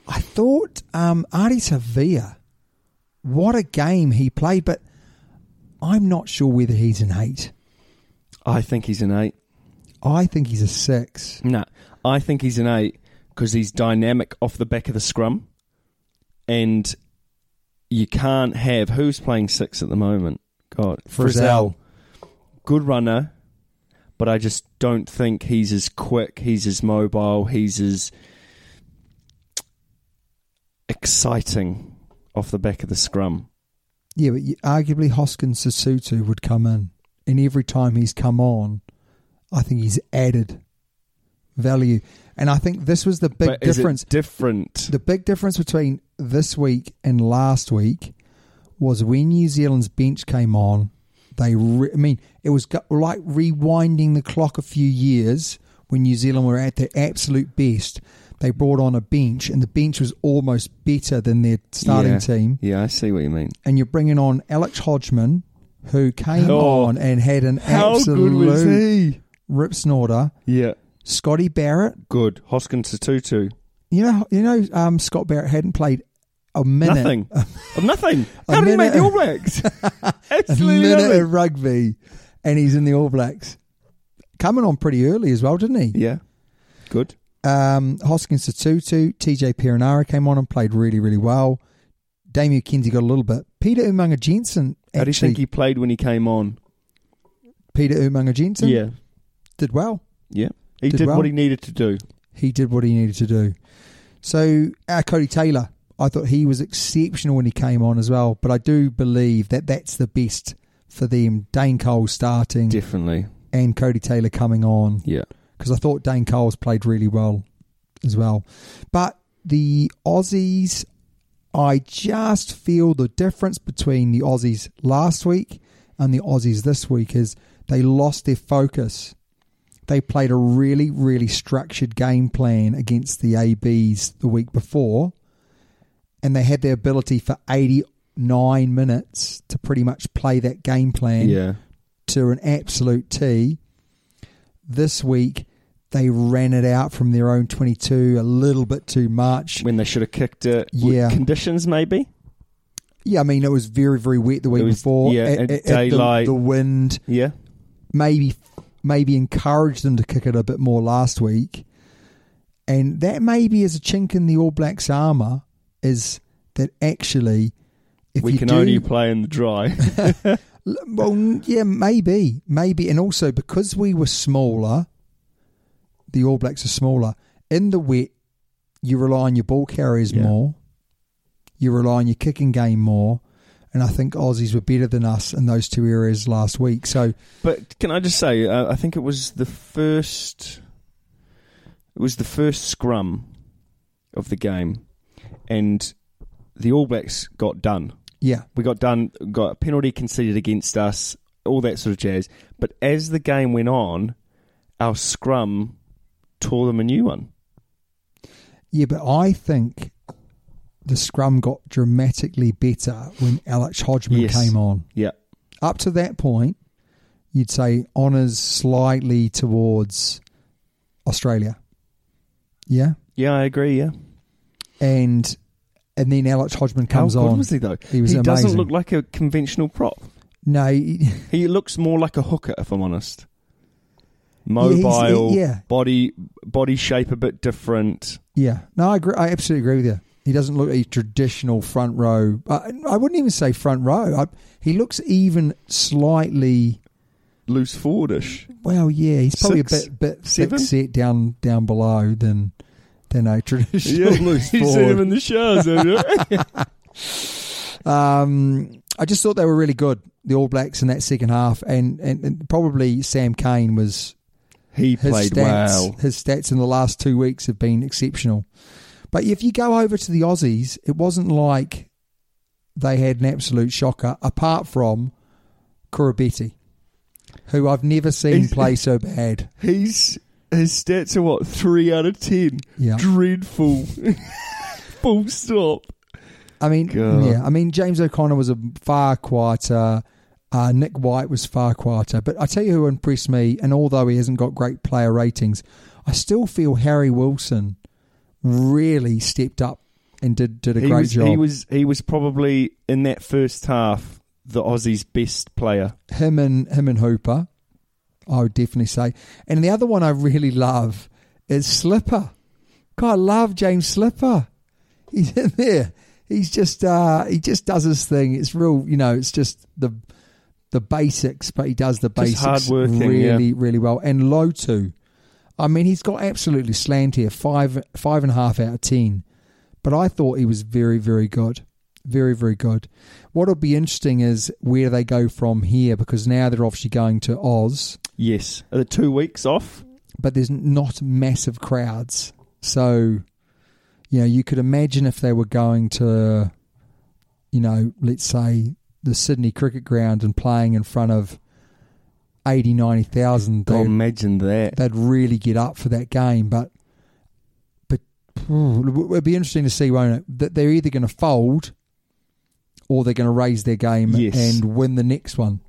I thought um, Artie Tavia, what a game he played, but I'm not sure whether he's an eight. I think he's an eight. I think he's a six. No, I think he's an eight because he's dynamic off the back of the scrum, and you can't have who's playing six at the moment. God, Frizzell. good runner, but I just don't think he's as quick. He's as mobile. He's as exciting off the back of the scrum. Yeah, but you- arguably Hoskins Sisutu would come in, and every time he's come on, I think he's added value. And I think this was the big But is it difference. different. the big difference between this week and last week was when New Zealand's bench came on. They, re- I mean, it was go- like rewinding the clock a few years when New Zealand were at their absolute best. They brought on a bench, and the bench was almost better than their starting Yeah. team Yeah, I see what you mean. and you're bringing on Alex Hodgman, who came Oh, on and had an How good was absolute he? rip snorter. Yeah, Scotty Barrett, good. Hoskins to tutu. you know, you know, um, Scott Barrett hadn't played a minute, (laughs) Nothing. Of nothing. How A did he minute- make the (laughs) All Blacks? (laughs) a Absolutely minute nothing. of rugby, and he's in the All Blacks, coming on pretty early as well, didn't he? Yeah. Good. Um, Hoskins to Tutu, TJ Piranara came on and played really, really well. Damien Kinsey got a little bit. Peter Umunga Jensen How do you think actually. he played when he came on? Peter Umunga Jensen yeah. did well. Yeah. He Did did, well. what he needed to do. He did what he needed to do. So uh, Cody Taylor, I thought he was exceptional when he came on as well. But I do believe that that's the best for them. Dane Cole starting Definitely. and Cody Taylor coming on. Yeah. because I thought Dane Cole's played really well as well. But the Aussies, I just feel the difference between the Aussies last week and the Aussies this week is they lost their focus. They played a really, really structured game plan against the ABs the week before, and they had the ability for 89 minutes to pretty much play that game plan yeah. to an absolute T. This week, they ran it out from their own 22 a little bit too much. When they should have kicked it. With Yeah. Conditions, maybe? Yeah, I mean, it was very, very wet the week It was- before. yeah, At- and at- at the- daylight. The, wind Yeah. maybe maybe encouraged them to kick it a bit more last week. And that maybe is a chink in the All Blacks' armour is that actually, if we you can do, only play in (laughs) the dry. Well, n- yeah, maybe, maybe, and also because we were smaller, the All Blacks are smaller. In the wet, you rely on your ball carriers Yeah. more. You rely on your kicking game more, and I think Aussies were better than us in those two areas last week. So But can I just say, uh, I think it was the first, it was the first scrum of the game, and the All Blacks got done. yeah, We got done, got a penalty conceded against us, all that sort of jazz. But as the game went on, our scrum tore them a new one. yeah, but I think the scrum got dramatically better when Alex Hodgman Yes. came on. Yeah, up to that point, you'd say honours slightly towards Australia. Yeah, yeah, I agree. Yeah, and and then Alex Hodgman comes how good on. was he though? He was doesn't amazing. look like a conventional prop. No, he- (laughs) He looks more like a hooker, if I'm honest. Mobile, yeah. body body shape a bit different. yeah, no, I agree. I absolutely agree with you. He doesn't look a traditional front row. I, I wouldn't even say front row. I, he looks even slightly. Loose (laughs) forwardish. Well, yeah, he's probably Six? a bit bit Seven? set down down below than than a (laughs) traditional (laughs) loose you forward. seen him in the showers, have you? (laughs) Um, I just thought they were really good, the All Blacks in that second half, and, and, and probably Sam Kane was he his played stats. well. His stats in the last two weeks have been exceptional. But if you go over to the Aussies, it wasn't like they had an absolute shocker, apart from Kurabeti, who I've never seen He's- play so bad. He's his stats are what three out of ten. Yeah. (laughs) Dreadful. Full stop. I mean, God. yeah. I mean, James O'Connor was a far quieter. Uh, Nick White was far quieter. But I tell you who impressed me, and although he hasn't got great player ratings, I still feel Harry Wilson really stepped up and did did a He great was, job. he was he was probably in that first half the Aussie's best player. him and him and Hooper, I would definitely say. And the other one I really love is Slipper. God, I love James Slipper. He's in there. He's just uh, he just does his thing. It's real, you know. It's just the the basics, but he does the Just basics hardworking, really, really well. And Lotu, I mean, he's got absolutely slammed here five five and a half out of ten. But I thought he was very, very good, very, very good. What'll be interesting is where they go from here because now they're obviously going to Oz, Yes. Are the two weeks off? but there's not massive crowds. So, you know, you could imagine if they were going to, you know, let's say the Sydney Cricket Ground and playing in front of 80, 90,000, God, they, imagine that. they'd really get up for that game. But, but phew, it'd be interesting to see, won't it? That they're either going to fold or they're going to raise their game Yes. and win the next one.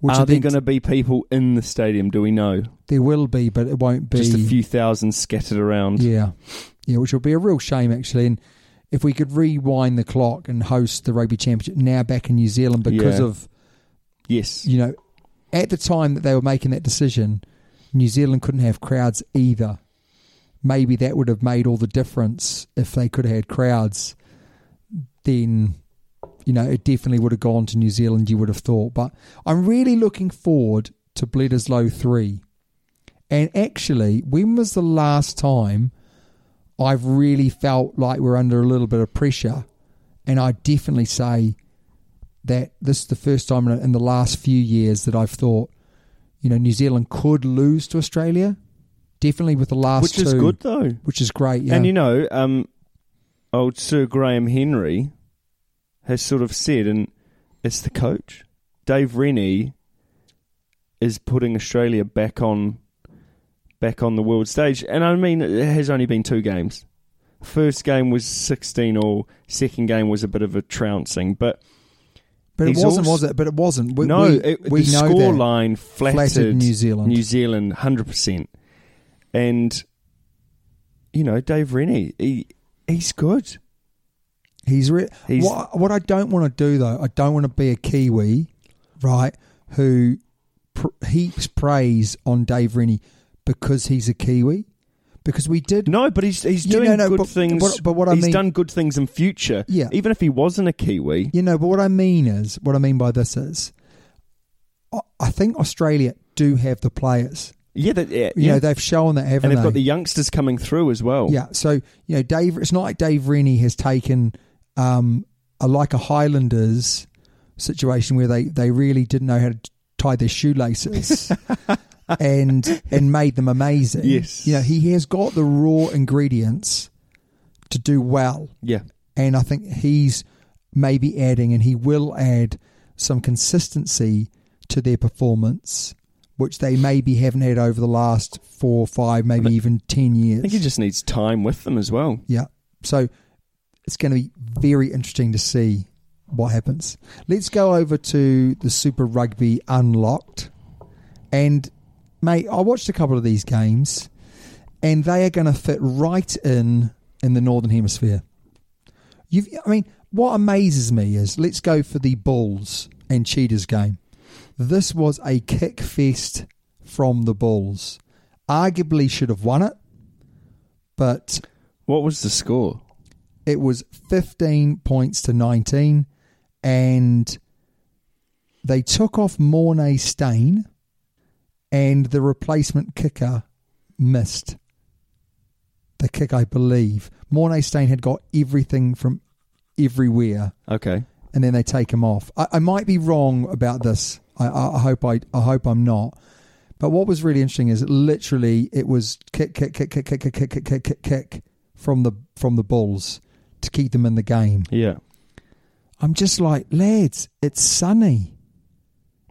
Which I Are there think going to be people in the stadium? Do we know? there will be, but it won't be Just a few thousand scattered around. Yeah, yeah, which will be a real shame actually. And if we could rewind the clock and host the rugby championship now back in New Zealand because Yeah. of Yes. you know, at the time that they were making that decision, New Zealand couldn't have crowds either. maybe that would have made all the difference if they could have had crowds. Then, you know, it definitely would have gone to New Zealand. You would have thought, but I'm really looking forward to Bledisloe three. And actually, when was the last time I've really felt like we're under a little bit of pressure? And I definitely say that this is the first time in the last few years that I've thought, you know, New Zealand could lose to Australia. Definitely with the last Which two, is good, though. which is great. Yeah. And you know, um, old Sir Graham Henry has sort of said, and it's the coach, Dave Rennie, is putting Australia back on, back on the world stage. And I mean, it has only been two games. First game was sixteen all. Second game was a bit of a trouncing, but but it he's wasn't, also- was it? But it wasn't. We, no, we, it, we the know score that. line flattered, Flattered New Zealand. New Zealand, hundred percent. And you know, Dave Rennie, he he's good. He's, re- He's- what, what I don't want to do though. I don't want to be a Kiwi, right? Who pr- heaps praise on Dave Rennie because he's a Kiwi. Because we did No, but he's he's Yeah, doing no, no, good but- things. but- but what I he's mean- done good things in future. Yeah. even if he wasn't a Kiwi, You know, but what I mean is, what I mean by this is, I- I think Australia do have the players. yeah, that, yeah, You yeah. know, they've shown that, haven't and they've they? got the youngsters coming through as well. yeah. So you know, Dave. It's not like Dave Rennie has taken um, a like a Highlanders situation where they they really didn't know how to tie their (laughs) shoelaces. and and made them amazing. Yes. You know, he has got the raw ingredients to do well. yeah, and I think he's maybe adding and he will add some consistency to their performance, which they maybe haven't had over the last four, five, maybe even ten years. I think he just needs time with them as well. yeah. So it's going to be very interesting to see what happens. Let's go over to the Super Rugby Unlocked, and mate, I watched a couple of these games, and they are going to fit right in in the Northern Hemisphere. You've, I mean, what amazes me is let's go for the Bulls and Cheetahs game. This was a kick fest from the Bulls. Arguably should have won it, but What was the score? it was 15 points to 19 and they took off Mornay Stain and the replacement kicker missed the kick I believe Mornay Stain had got everything from everywhere Okay, and then they take him off I, I might be wrong about this I, I, I hope I, I hope I'm not but what was really interesting is literally it was kick, kick, kick, kick, kick, kick, kick, kick, kick, kick, kick from the from the Bulls to keep them in the game. yeah, I'm just like, lads, it's sunny,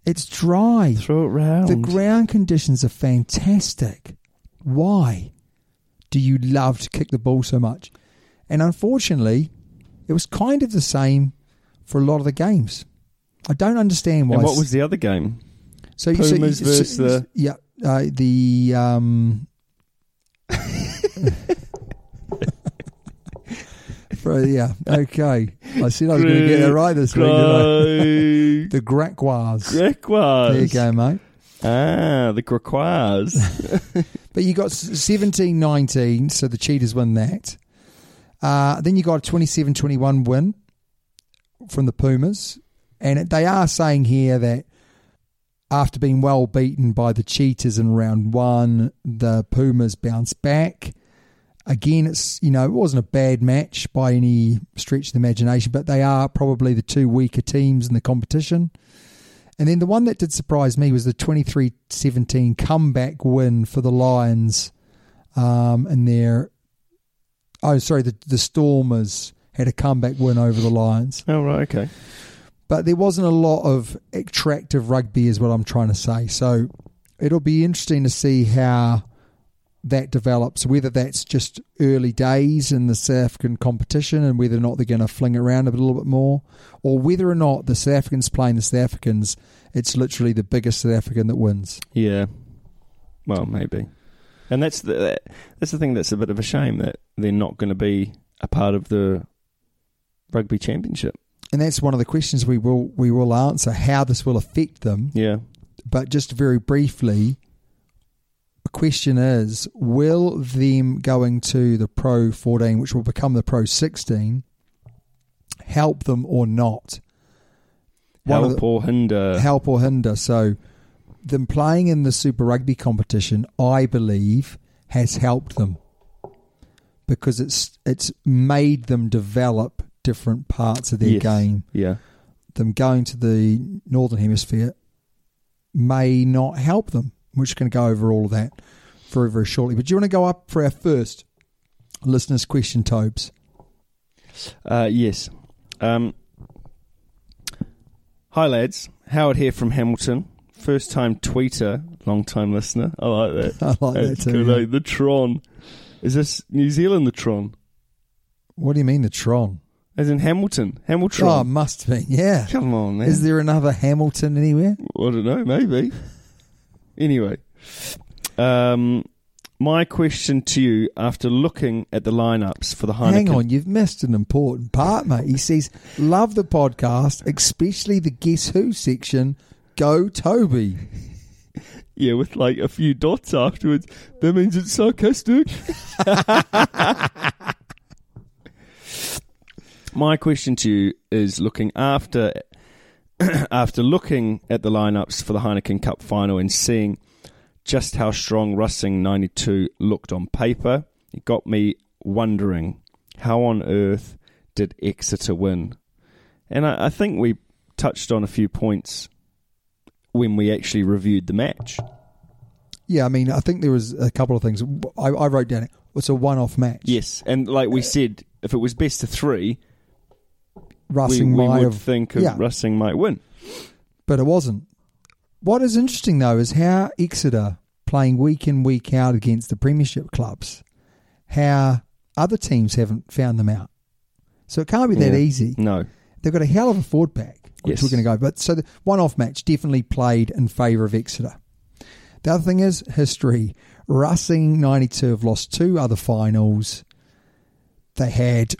it's dry, throw it round. the ground conditions are fantastic. Why do you love to kick the ball so much? And unfortunately, it was kind of the same for a lot of the games. I don't understand why. and what was the other game? So you so- Pumas so- versus the- yeah uh, the um. (laughs) For- yeah okay. I said I was going to get it right this week. didn't I? Great. (laughs) The Graquas. Grequas. There you go, mate. Ah, the Grequas. But you got 17 19, so the Cheetahs win that. Uh, then you got a 27 21 win from the Pumas. And it, they are saying here that after being well beaten by the Cheetahs in round one, the Pumas bounce back. Again, it's you know it wasn't a bad match by any stretch of the imagination, but they are probably the two weaker teams in the competition. And then the one that did surprise me was the 23 17 comeback win for the Lions. Um, and their. Oh, sorry, the, the Stormers had a comeback win over the Lions. oh right, okay. But there wasn't a lot of attractive rugby, is what I'm trying to say. So it'll be interesting to see how that develops, whether that's just early days in the South African competition and whether or not they're going to fling around a little bit more, or whether or not the South Africans playing the South Africans, it's literally the biggest South African that wins. Yeah. Well, maybe. And that's the that's the thing that's a bit of a shame that they're not going to be a part of the rugby championship. And that's one of the questions we will we will answer how this will affect them. Yeah. But just very briefly, question is will them going to the Pro 14, which will become the Pro 16, help them or not? One of Help the- or hinder? help or hinder. So, them playing in the Super Rugby competition, I believe, has helped them because it's it's made them develop different parts of their Yes. game. Yeah. Them going to the Northern Hemisphere may not help them. We're just going to go over all of that very very shortly. But do you want to go up for our first listeners' question, Tobes? Uh, yes. Um, hi, lads. Howard here from Hamilton. First time tweeter, long time listener. I like that. (laughs) I like that That's too. good, eh? The Tron. Is this New Zealand, the Tron? What do you mean the Tron? As in Hamilton. Oh, Hamiltron. must be. Yeah. Come on, man. Is there another Hamilton anywhere? I don't know, maybe. anyway, um, my question to you after looking at the lineups for the Heineken. Hang on, you've missed an important part, mate. He says, "Love the podcast, especially the Guess Who section." Go Toby! Yeah, with like a few dots afterwards. That means it's sarcastic. (laughs) My question to you is looking after (coughs) after looking at the lineups for the Heineken Cup final and seeing just how strong Russing 92 looked on paper, it got me wondering how on earth did Exeter win? And I, I think we touched on a few points when we actually reviewed the match. Yeah, I mean, I think there was a couple of things I, I wrote down. It It's a one-off match. Yes, and like Uh, we said, if it was best of three, we, Russing we might would have, think of yeah, Russing might win. but it wasn't. What is interesting though is how Exeter playing week in week out against the Premiership clubs, how other teams haven't found them out. So it can't be that Yeah. easy. No, They've got a hell of a forward pack, which Yes. we're going to go. But so the one-off match definitely played in favour of Exeter. The other thing is history. Racing '92 have lost two other finals. They had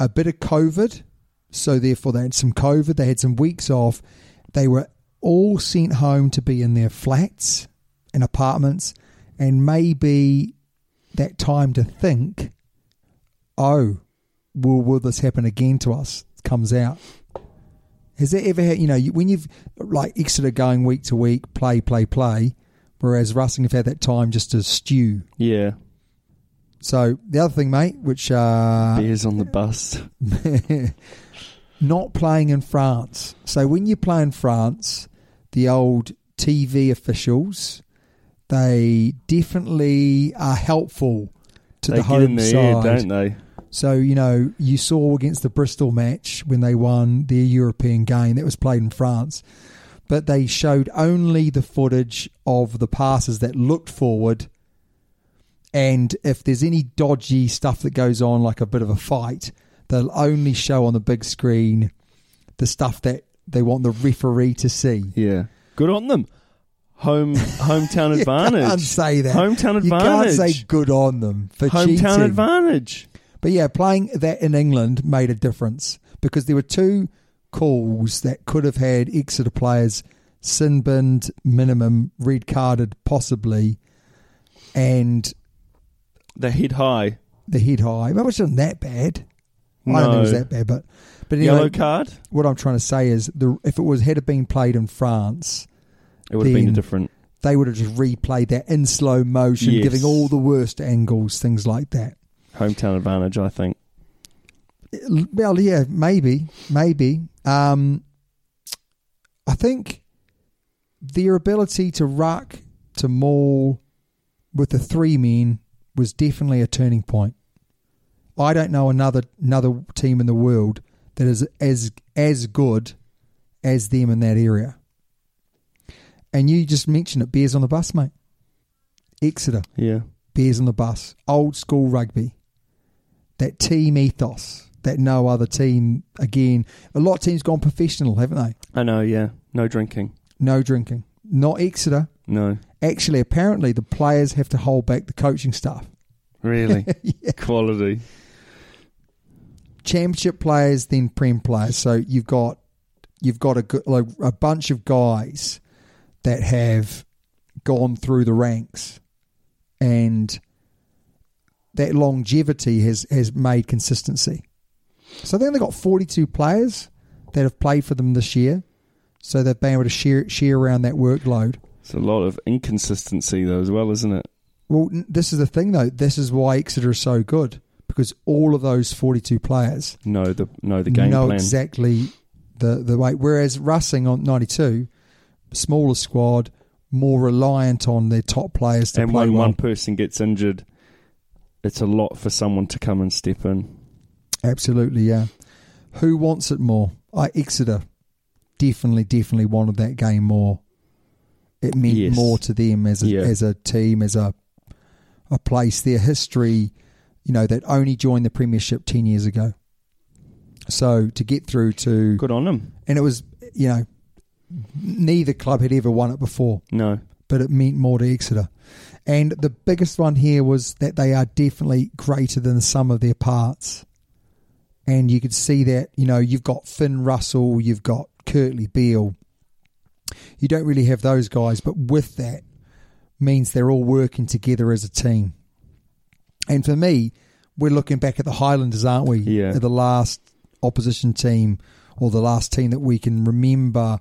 a bit of COVID, so therefore they had some COVID. They had some weeks off. They were all sent home to be in their flats and apartments, and maybe that time to think. Oh, will will this happen again to us comes out has that ever had you know you- when you've like exeter going week to week play play play whereas Russing have had that time just to stew yeah, so the other thing mate which uh beers on the bus. not playing in france so when you play in france the old tv officials they definitely are helpful to They the get home in the side air, don't they? So, you know, you saw against the Bristol match when they won their European game that was played in France, but they showed only the footage of the passes that looked forward. And if there's any dodgy stuff that goes on, like a bit of a fight, they'll only show on the big screen the stuff that they want the referee to see. Yeah, good on them. Home (laughs) hometown You advantage. can't say that. Hometown You can't advantage. say good on them for hometown cheating. advantage. But yeah, playing that in England made a difference because there were two calls that could have had Exeter players sin binned, minimum, red carded, possibly, and The head high, the head high. Well, it wasn't that bad. I don't think it was No. that bad, but but anyway, yellow card. what I'm trying to say is the if it was had it been played in France, It would have been a Then- different. they would have just replayed that in slow motion, Yes. giving all the worst angles, things like that. Hometown advantage, I think. Well, yeah, maybe, maybe. Um, I think their ability to ruck to maul with the three men was definitely a turning point. I don't know another another team in the world that is as as good as them in that area. And you just mentioned it, bears on the bus, mate. Exeter Yeah, bears on the bus, old school rugby, that team ethos that no other team, again, a lot of teams gone professional, haven't they? I know. Yeah, no drinking. No drinking. Not Exeter. No, Actually, apparently, the players have to hold back the coaching staff. (laughs) really quality. Championship players, then Prem players. So you've got you've got a good, like, a bunch of guys that have gone through the ranks, and that longevity has has made consistency. So then they've got 42 players that have played for them this year, so they've been able to share share around that workload. It's a lot of inconsistency though, as well, isn't it? Well, n- this is the thing though. This is why Exeter is so good because all of those 42 players No, the no the game know plan. exactly the the way. Whereas Russing on 92, smaller squad, more reliant on their top players to and play when well. one person gets injured, it's a lot for someone to come and step in. Absolutely, yeah. Who wants it more? I Exeter definitely, definitely wanted that game more. It meant Yes. more to them as a, Yeah. as a team, as a a place. Their history, you know, that only joined the Premiership ten years ago. So to get through to, Good on them. and it was, you know, neither club had ever won it before No, but it meant more to Exeter. And the biggest one here was that they are definitely greater than the sum of their parts. And you could see that, you know, you've got Finn Russell, you've got Curtly Beale. You don't really have those guys, but with that means they're all working together as a team. And for me, we're looking back at the Highlanders, aren't we? Yeah. At the last opposition team or the last team that we can remember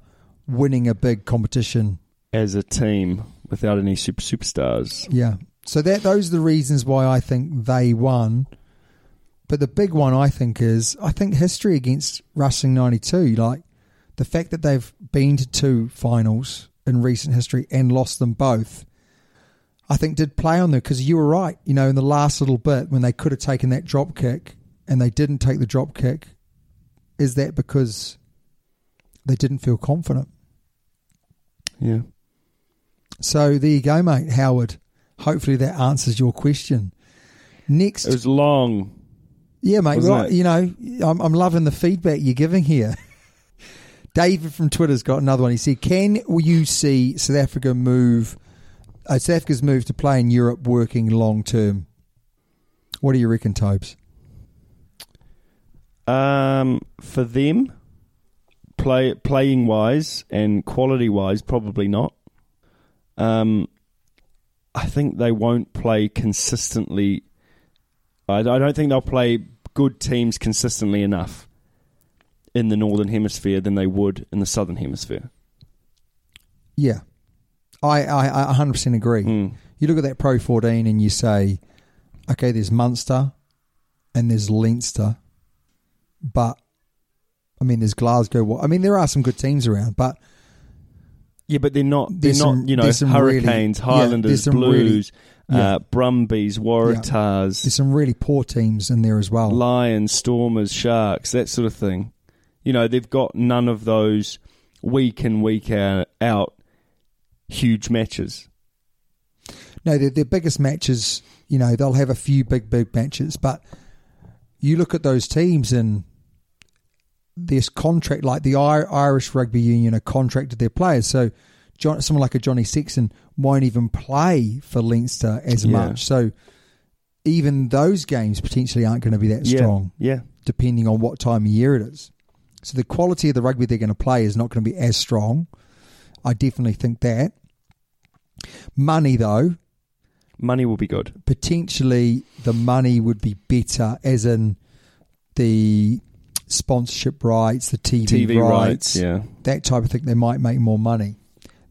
winning a big competition. as a team without any super superstars. Yeah. So that those are the reasons why I think they won. But the big one I think is I think history against Racing ninety two, like the fact that they've been to two finals in recent history and lost them both, I think did play on there because you were right. You know, in the last little bit when they could have taken that drop kick and they didn't take the drop kick, is that because they didn't feel confident? Yeah. So there you go, mate, Howard. Hopefully that answers your question. Next, It was long. yeah, mate. wasn't well, it? you know, I'm, I'm loving the feedback you're giving here. (laughs) David from Twitter's got another one. He said, "Can you see South Africa move? Uh, South Africa's move to play in Europe working long term? What do you reckon, Tobes? Um, for them, play playing wise and quality wise, probably not. Um, I think they won't play consistently. I, I don't think they'll play good teams consistently enough in the northern hemisphere than they would in the southern hemisphere. Yeah, I, I, I 100% agree. Mm. You look at that Pro 14 and you say, okay, there's Munster and there's Leinster, but I mean, there's Glasgow. Wa- I mean, there are some good teams around, but Yeah, but they're not. They're There's not. some- you know, there's some really- Hurricanes, yeah, there's Highlanders, some really- Blues, yeah. uh, Brumbies, Waratahs. there's some really poor teams in there as well. lions, stormers, sharks, that sort of thing. You know, they've got none of those week in week out, out huge matches. No, their, their biggest matches, you know, they'll have a few big, big matches, but you look at those teams and there's contract, like the Ir- Irish Rugby Union are contracted their players. So John, someone like a Johnny Sexton won't even play for Leinster as Yeah. much. So even those games potentially aren't going to be that strong, Yeah, yeah. depending on what time of year it is. So the quality of the rugby they're going to play is not going to be as strong. I definitely think that. Money, though, Money will be good. potentially the money would be better, as in the sponsorship rights, the TV, TV rights, rights, yeah. that type of thing. They might make more money.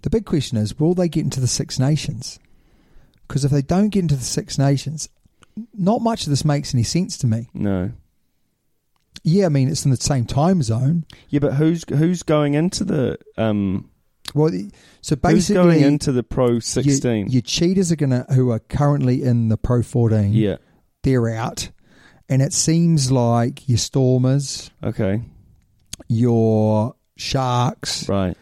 The big question is, will they get into the Six Nations? Because if they don't get into the Six Nations, not much of this makes any sense to me. No. Yeah, I mean it's in the same time zone. Yeah, but who's who's going into the um Well, the- so who's going basically, into the pro your- sixteen? your cheaters are gonna who are currently in the Pro 14. yeah. they're out, and it seems like your Stormers, Okay. your Sharks. Right.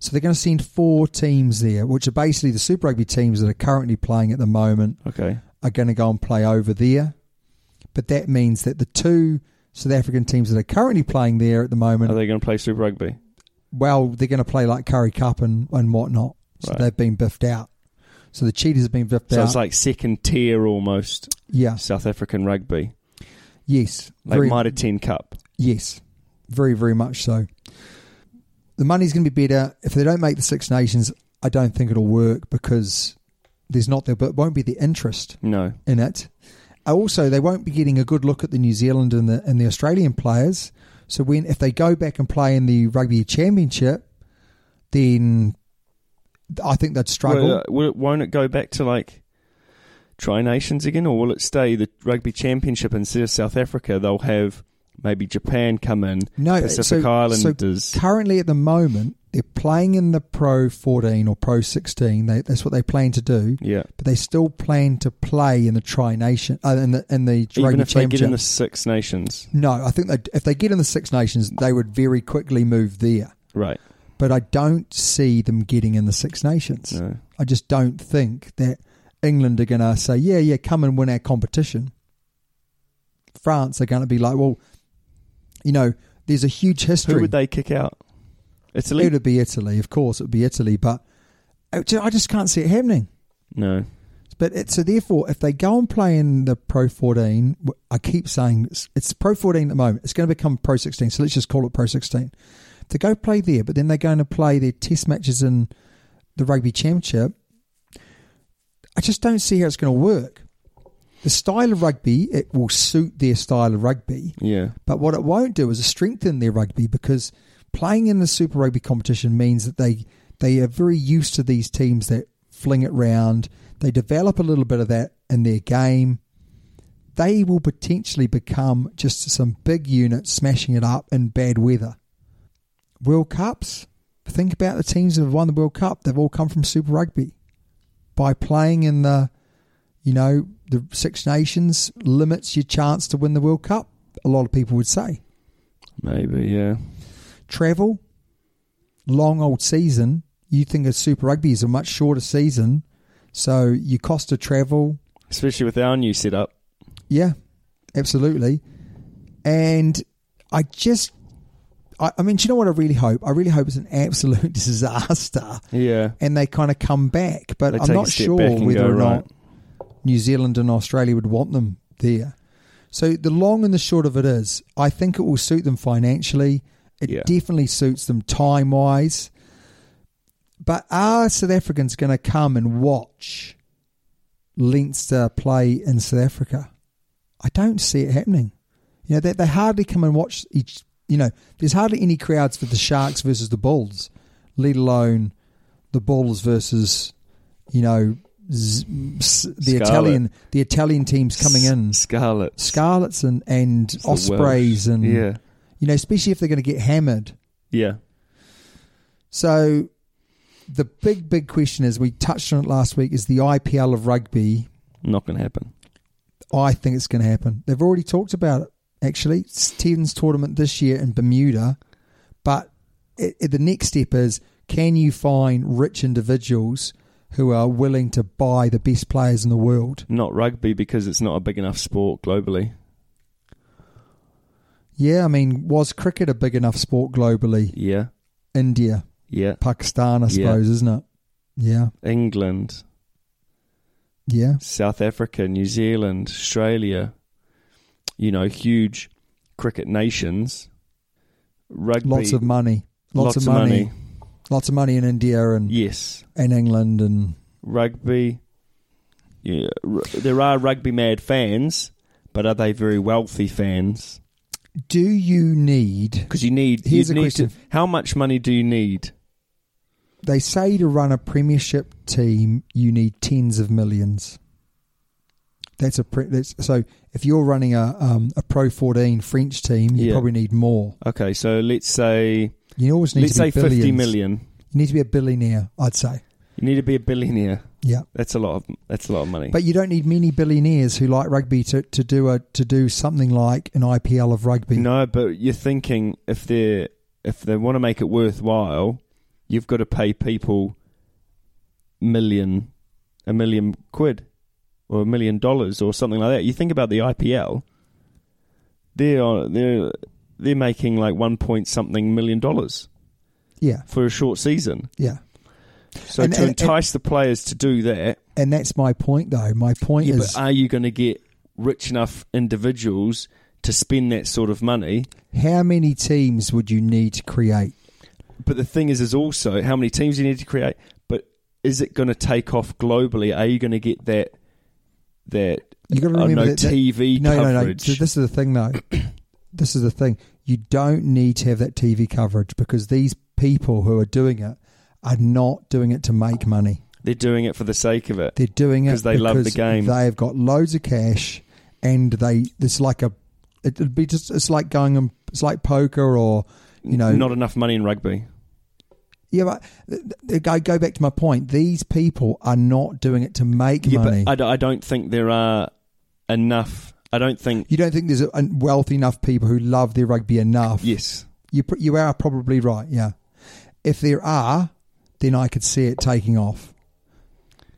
So they're going to send four teams there, which are basically the Super Rugby teams that are currently playing at the moment Okay. are going to go and play over there. But that means that the two South African teams that are currently playing there at the moment, Are they going to play Super Rugby? well, they're going to play like Curry Cup and, and whatnot. So Right. they've been biffed out. So the Cheetahs have been biffed So out. it's like second tier almost yeah. South African rugby. Yes. Like Very- Mitre 10 Cup. Yes, very, very much so. The money's going to be better if they don't make the Six Nations. I don't think it'll work because there's not there, but won't be the interest No. in it. Uh, Also, they won't be getting a good look at the New Zealand and the and the Australian players. So when if they go back and play in the Rugby Championship, then I think they'd struggle. Will, uh, will it, won't it go back to like Tri Nations again, or will it stay the Rugby Championship instead of South Africa? They'll have maybe Japan come in, No, Pacific so- Islanders. So currently, at the moment, they're playing in the Pro 14 or Pro 16. They, that's what they plan to do, yeah, but they still plan to play in the Tri Nation uh, in the in the even Rugby if they get in the Championship. Six Nations, no, I think they, if they get in the Six Nations, they would very quickly move there. right? But I don't see them getting in the Six Nations. No. I just don't think that England are going to say, yeah, yeah, come and win our competition. France are going to be like, well, you know, there's a huge history. Who would they kick out? Italy. It would be Italy, of course. It would be Italy, but I ju- I just can't see it happening. No. But it, so therefore, if they go and play in the Pro 14, wh- I keep saying it's, it's Pro 14 at the moment. It's going to become Pro 16, so let's just call it Pro 16. If they go play there, but then they're going to play their Test matches in the Rugby Championship, I just don't see how it's going to work. The style of rugby it will suit their style of rugby. Yeah. But what it won't do is strengthen their rugby because playing in the Super Rugby competition means that they they are very used to these teams that fling it round. They develop a little bit of that in their game. They will potentially become just some big unit smashing it up in bad weather. World Cups. Think about the teams that have won the World Cup. They've all come from Super Rugby. By playing in the, you know, the Six Nations limits your chance to win the World Cup, a lot of people would say. Maybe. Yeah. Travel, long old season. You think of Super Rugby is a much shorter season. So you cost to travel, Especially with our new setup. Yeah, absolutely. And I just, I, I mean, do you know what I really hope? I really hope it's an absolute (laughs) disaster Yeah. and they kind of come back. But They I'm take not a step sure back and whether go, or not right. New Zealand and Australia would want them there. So the long and the short of it is, I think it will suit them financially. It Yeah. definitely suits them time wise. But are South Africans going to come and watch Leinster play in South Africa? I don't see it happening. You know, they, they hardly come and watch each. You know, there's hardly any crowds for the Sharks versus the Bulls, let alone the Bulls versus, you know, z- s- the Scarlet. Italian the Italian teams coming in, Scarlet. Scarlets and and The Welsh. Ospreys, and yeah. you know, especially if they're going to get hammered. Yeah. So the big big question is, we touched on it last week, is the IPL of rugby. Not going to happen. I think it's going to happen. They've already talked about it. Actually, it's Stevens tournament this year in Bermuda, but it, it- the next step is can you find rich individuals who are willing to buy the best players in the world? Not rugby because it's not a big enough sport globally. Yeah, I mean, was cricket a big enough sport globally? Yeah. India, Yeah. Pakistan, I Yeah. suppose, isn't it? Yeah, England, yeah, South Africa, New Zealand, Australia, you know, huge cricket nations. Rugby. lots of money, lots, of, money, lots of money in India and Yes. and England and Rugby. Yeah. R- there are rugby mad fans, but are they very wealthy fans? do you need Because you need. Here's you a need question. To, how much money do you need? they say to run a premiership team, you need tens of millions. That's a pre- that's, so if you're running a um, a pro fourteen French team, you Yeah. probably need more. Okay, so let's say You always need let's to be say fifty billions. million. You need to be a billionaire, I'd say. You need to be a billionaire. Yeah, That's a lot of that's a lot of money. but you don't need many billionaires who like rugby to, to do a to do something like an IPL of rugby. no, but you're thinking if they if they want to make it worthwhile, you've got to pay people million a million quid or a million dollars or something like that. You think about the IPL. They're they're they're making like one point something million dollars Yeah, for a short season. yeah, So And- to and- and- entice the players to do that, and that's my point though. My point Yeah, is but are you going to get rich enough individuals to spend that sort of money? how many teams would you need to create? But the thing is, is also how many teams you need to create. But is it going to take off globally? Are you going to get that that You got to I don't remember know, that, that- TV no, no, no. coverage? So this is the thing, (coughs) though. this is the thing. You don't need to have that TV coverage because these people who are doing it are not doing it to make money. They're doing it for the sake of it. They're doing it 'Cause they love the because game. They've got loads of cash, and they it's like a it'd be just it's like going and it's like poker or you know not enough money in rugby. yeah. But th- th- I go back to my point. These people are not doing it to make Yeah, money. but I d- I, don't think there are enough. I don't think. you don't think there's a, a wealthy enough people who love their rugby enough? Yes. You pr- you are probably right. Yeah. If there are, then I could see it taking off.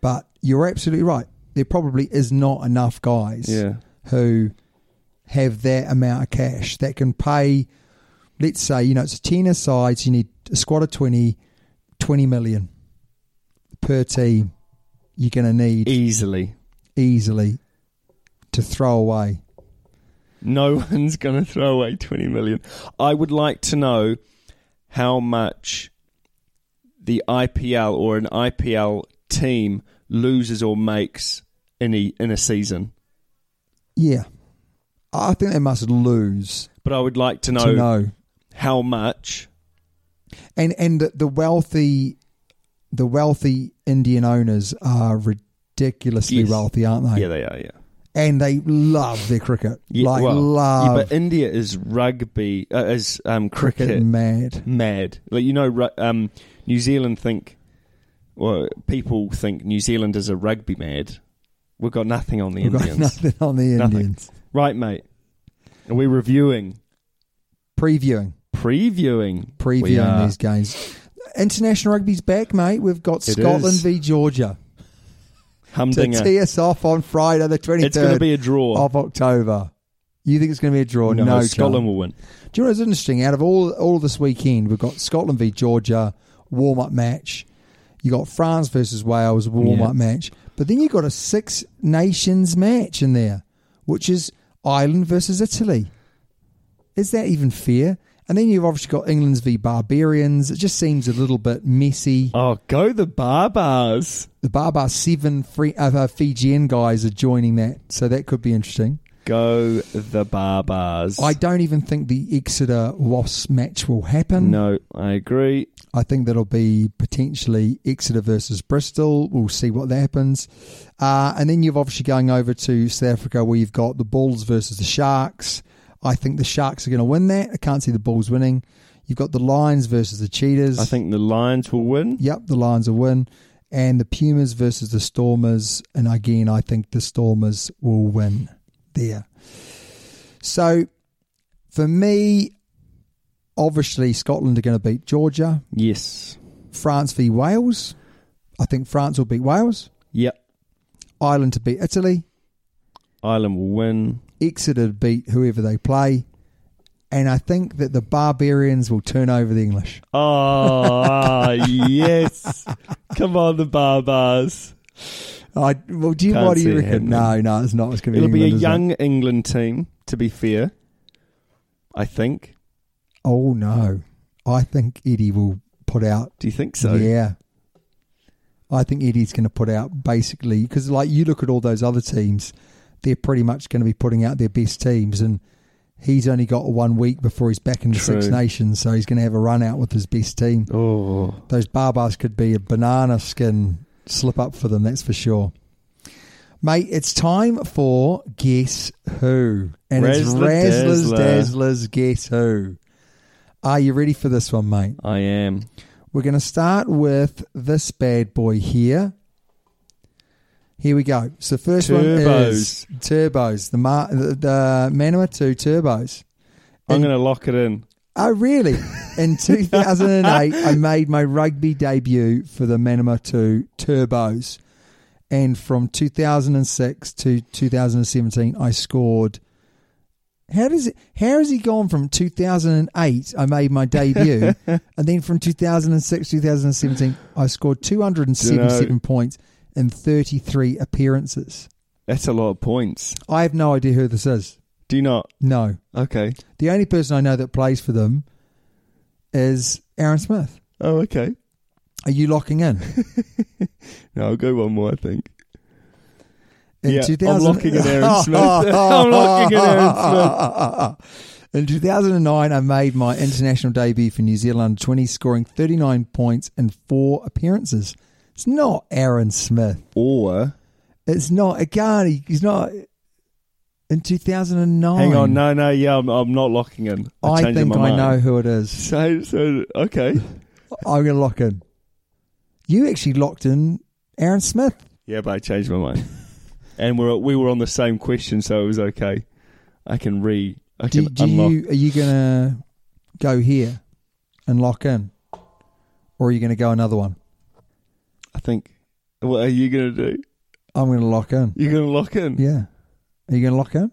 But you're absolutely right. There probably is not enough guys Yeah. who have that amount of cash that can pay. Let's say you know it's a ten sides. You need a squad of 20, 20 million per team. You're going to need E- Easily. easily to throw away. No (laughs) one's going to throw away 20 million. I would like to know how much the IPL or an IPL team loses or makes in a, in a season. Yeah, I think they must lose But I would like to know, to know. how much. and and the, the wealthy the wealthy Indian owners are ridiculously Yes. wealthy, aren't they? Yeah, they are, yeah. and they love their cricket, Yeah, like well, yeah, love but India is rugby, uh, is um, cricket, cricket, mad. mad. Like you know, ru- um, New Zealand think, well, people think New Zealanders are rugby mad. We've got nothing on the We've got Indians, nothing on the Nothing. Indians. right, mate? And we're reviewing, Previewing, previewing, We previewing are. these games. International rugby's back, mate. We've got It Scotland is. v Georgia to humdinger. tee us off on Friday, the twenty It's going to third be a draw. of October. You think it's going to be a draw? No, Scotland chance. will win. Do you know what's interesting? Out of all all this weekend, we've got Scotland v Georgia warm up match. You got France versus Wales warm up Yeah. match, but then you got a Six Nations match in there, which is Ireland versus Italy. Is that even fair? And then you've obviously got England's v Barbarians. It just seems a little bit messy. Oh, go the Barbars! The Barbar Seven free, uh, uh, Fijian guys are joining that, so that could be interesting. Go the Barbars! I don't even think the Exeter Wasps match will happen. no, I agree. I think that'll be potentially Exeter versus Bristol. We'll see what that happens. Uh, and then you've obviously going over to South Africa where you've got the Bulls versus the Sharks. I think the Sharks are going to win that. I can't see the Bulls winning. You've got the Lions versus the Cheetahs. I think the Lions will win. Yep, the Lions will win. And the Pumas versus the Stormers. And again, I think the Stormers will win there. So for me, obviously, Scotland are going to beat Georgia. Yes. France v Wales. I think France will beat Wales. Yep. Ireland to beat Italy. Ireland will win. Exeter to beat whoever they play. And I think that the barbarians will turn over the English. Oh, (laughs) yes. Come on, the Barbars. I well, do you Can't what do see you it reckon? happening. No, no, it's not. It's going to be It'll be a England, isn't it? young England team, to be fair. I think. Oh no, I think Eddie will put out. Do you think so? yeah, I think Eddie's going to put out basically because like you look at all those other teams, they're pretty much going to be putting out their best teams, and he's only got one week before he's back in the Six True. Nations, so he's going to have a run out with his best team. Oh. Those barbars could be a banana skin slip up for them, that's for sure. Mate, it's time for Guess Who. And it's Razzler Razzler's Dazzler. Dazzler's Guess Who. Are you ready for this one, mate? I am. We're going to start with this bad boy here. Here we go. So first one is turbos. The Mar- the, the Manama Two turbos. I'm And- going to lock it in. Oh, really? In 2008, I made my rugby debut for the Manama 2 Turbos. And from 2006 to 2017, I scored. How does it? How has he gone from 2008? I made my debut, and then from 2006 2017, I scored 277 Dunno. points in 33 appearances. That's a lot of points. I have no idea who this is. Do you not? No, Okay. the only person I know that plays for them is Aaron Smith. Oh, okay. Are you locking (laughs) in? No, I'll go one more, I think. In Yeah, I'm 2000 locking in Aaron (laughs) Smith. I'm locking in Aaron (laughs) In 2009, I made my international debut for New Zealand under 20, scoring 39 points in four appearances. It's not Aaron Smith. Or It's not again. he- He's not in 2009. hang on, no, no, yeah, I'm, I'm not locking in. I, I changed think my I mind. know who it is. So, so okay, I'm going to lock in. You actually locked in Aaron Smith. yeah, but I changed (laughs) my mind, and we're we were on the same question, so it was okay. I can re, I can Do, do unlock. you are you going to go here and lock in, or are you going to go another one? I think. What are you gonna do? I'm going to lock in. You're gonna lock in? Yeah. Are you going to lock in?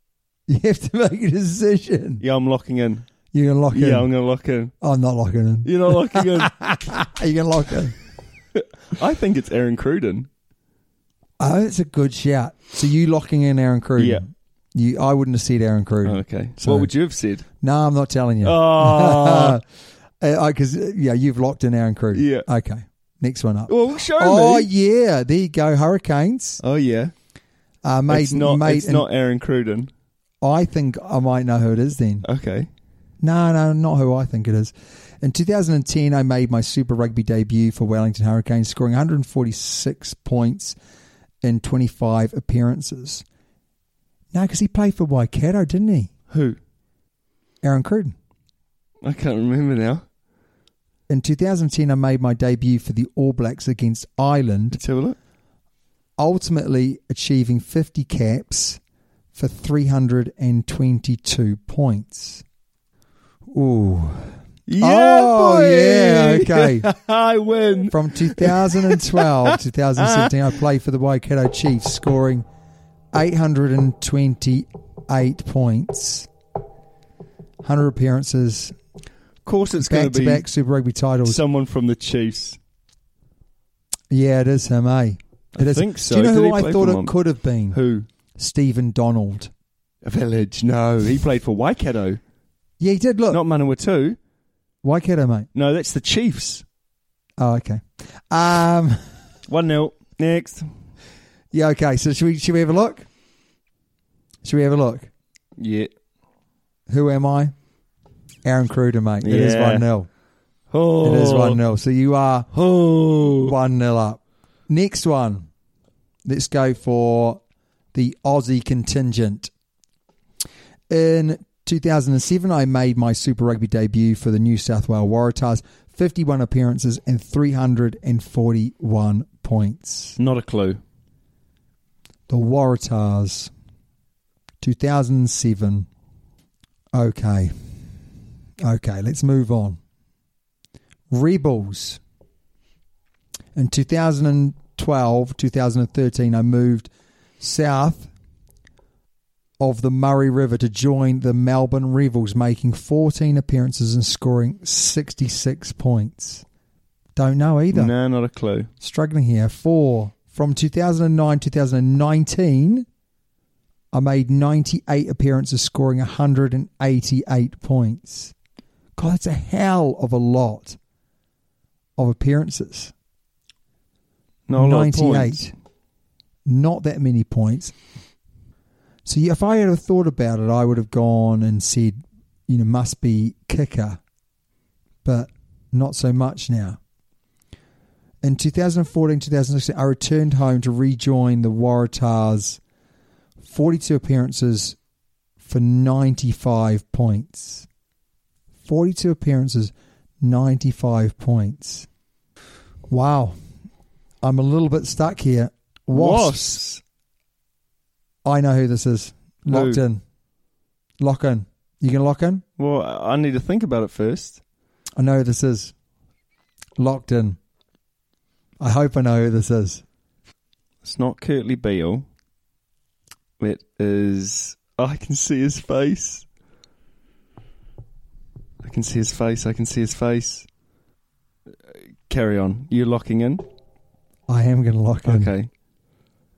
(laughs) You have to make a decision. Yeah, I'm locking in. You're going to lock in. Yeah, I'm gonna lock in. Oh, I'm not locking in. You're not locking (laughs) in. Are you going to lock (laughs) in? I think it's Aaron Cruden. Oh, it's a good shout. So you locking in Aaron Cruden? Yeah. You, I wouldn't have said Aaron Cruden. okay. So- what would you have (laughs) said? No, I'm not telling you. Uh, Oh, Because yeah, you've locked in Aaron Cruden. Yeah. Okay. Next one up. well, show oh me. yeah, there you go. Hurricanes. Oh yeah. Uh, made, it's not. made it's in- not Aaron Cruden. I think I might know who it is then. Okay. No, no, not who I think it is. In 2010, I made my Super Rugby debut for Wellington Hurricanes, scoring 146 points in 25 appearances. No, because he played for Waikato, didn't he? Who? Aaron Cruden. I can't remember now. In 2010, I made my debut for the All Blacks against Ireland, Let's have a look. ultimately achieving 50 caps for 322 points. Ooh. Yeah, Oh, boy. (laughs) yeah, (laughs) okay. I win. From 2012 2017, I played for the Waikato Chiefs, scoring 828 points, 100 appearances, Of course, it's going back to to be back Super Rugby titles. someone from the Chiefs. yeah, it is him, eh? It I is- think so. Do you know Did he who I play thought for it Mum? could have been? Who? Stephen Donald. A village. No, he played for Waikato, Yeah, he did. Look, not Manawatu. Waikato, mate. No, that's the Chiefs. Oh, okay. Um, (laughs) One 0 Next. yeah, okay. So should we should we have a look? Should we have a look? Yeah. Who am I? Aaron Cruden, mate. It is Yeah. one 0 Oh, It is 1 0. So you are Oh, 1 0 up. Next one. Let's go for the Aussie contingent. In 2007, I made my Super Rugby debut for the New South Wales Waratahs. 51 appearances and 341 points. not a clue. The Waratahs. 2007. Okay. Okay, let's move on. Rebels. In 2012, 2013, I moved south of the Murray River to join the Melbourne Rebels, making 14 appearances and scoring 66 points. Don't know either No, not a clue. struggling here. Four from 2009 2019, I made 98 appearances, scoring 188 points. God, that's a hell of a lot of appearances. Not a lot of points. 98. Not that many points. So yeah, if I had have thought about it, I would have gone and said, you know, must be kicker, but not so much now. In 2014, 2016, I returned home to rejoin the Waratahs. 42 appearances for 95 points. 42 appearances, 95 points. Wow. I'm a little bit stuck here. Wasps. Wasps. I know who this is. Locked Who? in. Lock in. You can lock in? Well, I I need to think about it first. I know who this is. Locked in. I hope I know who this is. It's not Curtly Beale. It is. oh, I can see his face. I can see his face. I can see his face. Uh, Carry on. You locking in? I am going to lock in. Okay.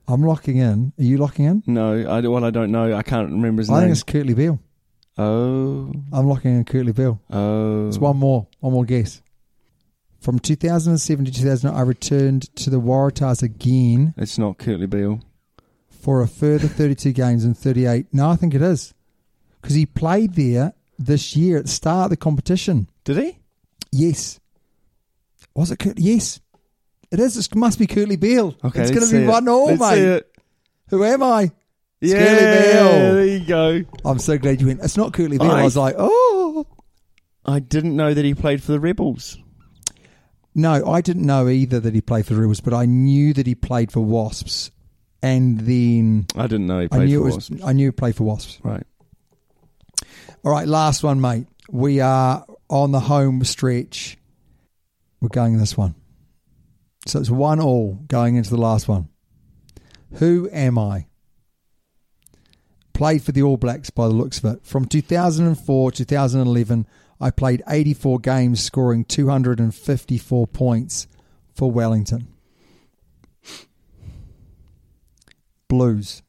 I'm locking in. Are you locking in? No, I, well, I don't know. I can't remember his I think name. it's Curtly Beale. Oh. I'm locking in Curtly Beale. Oh. It's one more. One more guess. From 2007 to 2008, I returned to the Waratahs again It's not Curtly Beale. for a further 32 games and 38. No, I think it is. Because he played there this year at the start of the competition. Did he? Yes. Was it Curt? Yes. It is. It must be Curly Beale. Okay, it's going let's to be see it. one all, Let's see mate. it. Who am I? It's Yeah, there Curly Beale. you go. I'm so glad you went. It's not Curly Beale. I, I- was like, oh. I didn't know that he played for the Rebels. No, I didn't know either that he played for the Rebels, but I knew that he played for Wasps, and then I didn't know he I played knew for it was. Wasps. I knew he played for Wasps. Right. All right, last one, mate. We are on the home stretch. We're going in this one, so it's one all going into the last one. Who am I? Played for the All Blacks by the looks of it. From 2004 2011, I played 84 games, scoring 254 points for Wellington. Blues.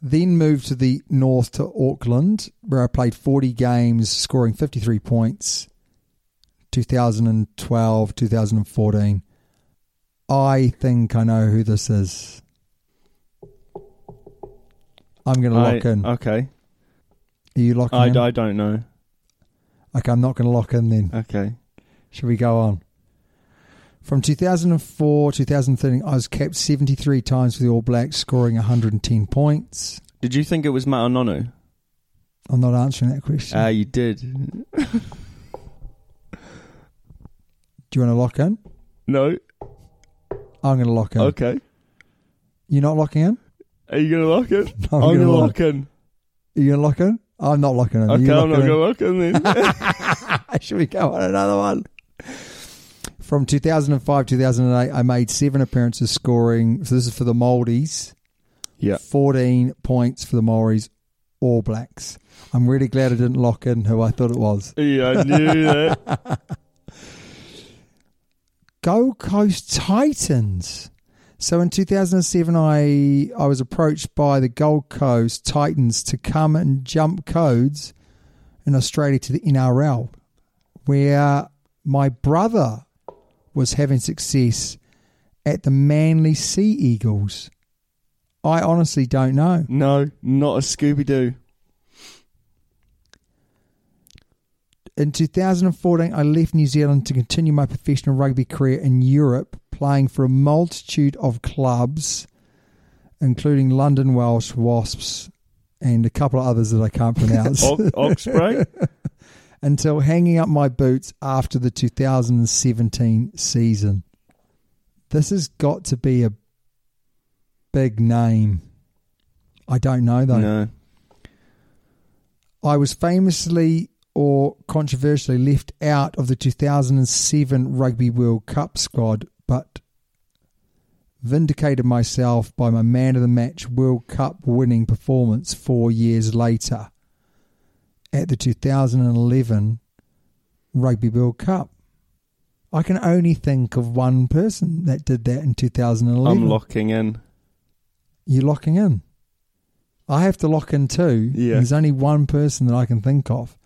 Then moved to the north to Auckland, where I played 40 games, scoring 53 points. 2012, 2014. I think I know who this is. I'm going to I- lock in. Okay. Are you locking I, in? I don't Uh. know. Okay, I'm not going to lock in then. Okay. Should we go on? From 2004 2013, I was capped 73 times for the All Blacks, scoring 110 points. Did you think it was Matanonu? I'm not answering that question. Ah, you did. Do you want to lock in? No. I'm going to lock in. Okay. You're not locking in? Are you gonna lock (laughs) in? I'm I'm gonna gonna lock lock in. Are you going to lock in? I'm not locking in. Are Okay, I'm you not locking in? gonna lock in (laughs) then. (laughs) Should we go on another one? From 2005 2008, I made seven appearances scoring. So this is for the Maldives. yeah. 14 points for the Maoris All Blacks. I'm really glad I didn't lock in who I thought it was. Yeah, I knew that. Gold Coast Titans. So in 2007, I, I was approached by the Gold Coast Titans to come and jump codes in Australia to the NRL, where my brother was having success at the Manly Sea Eagles. I honestly don't know. No, not a Scooby Doo. In 2014, I left New Zealand to continue my professional rugby career in Europe, playing for a multitude of clubs, including London Welsh Wasps and a couple of others that I can't (laughs) pronounce, (laughs) O- Oxbray? until hanging up my boots after the 2017 season. This has got to be a big name. I don't know though. no. I was famously or controversially left out of the 2007 Rugby World Cup squad, but vindicated myself by my man of the match World Cup winning performance four years later at the 2011 Rugby World Cup. I can only think of one person that did that in 2011. I'm locking in. You're locking in. I have to lock in too. Yeah. There's only one person that I can think of.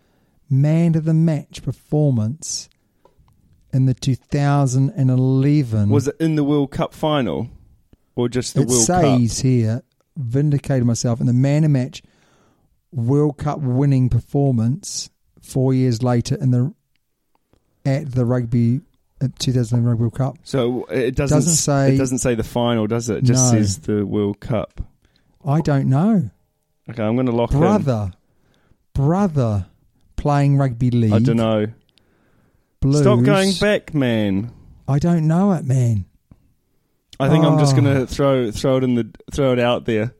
Man of the match performance in the 2011. Was it in the World Cup final? Or just the Mm. it World says here, vindicated myself in the man of match World Cup winning performance four years later in the at the rugby at 2011 Rugby World Cup. Cup? So it doesn't, Doesn't say- it doesn't say the final, does it? It just No. says the World Cup. I don't know, Okay, I'm gonna lock in. brother, brother, playing rugby league. I don't know. Blues. Stop going back, man. I don't know it, man. I think I'm just Oh. gonna throw throw it in the throw it out there.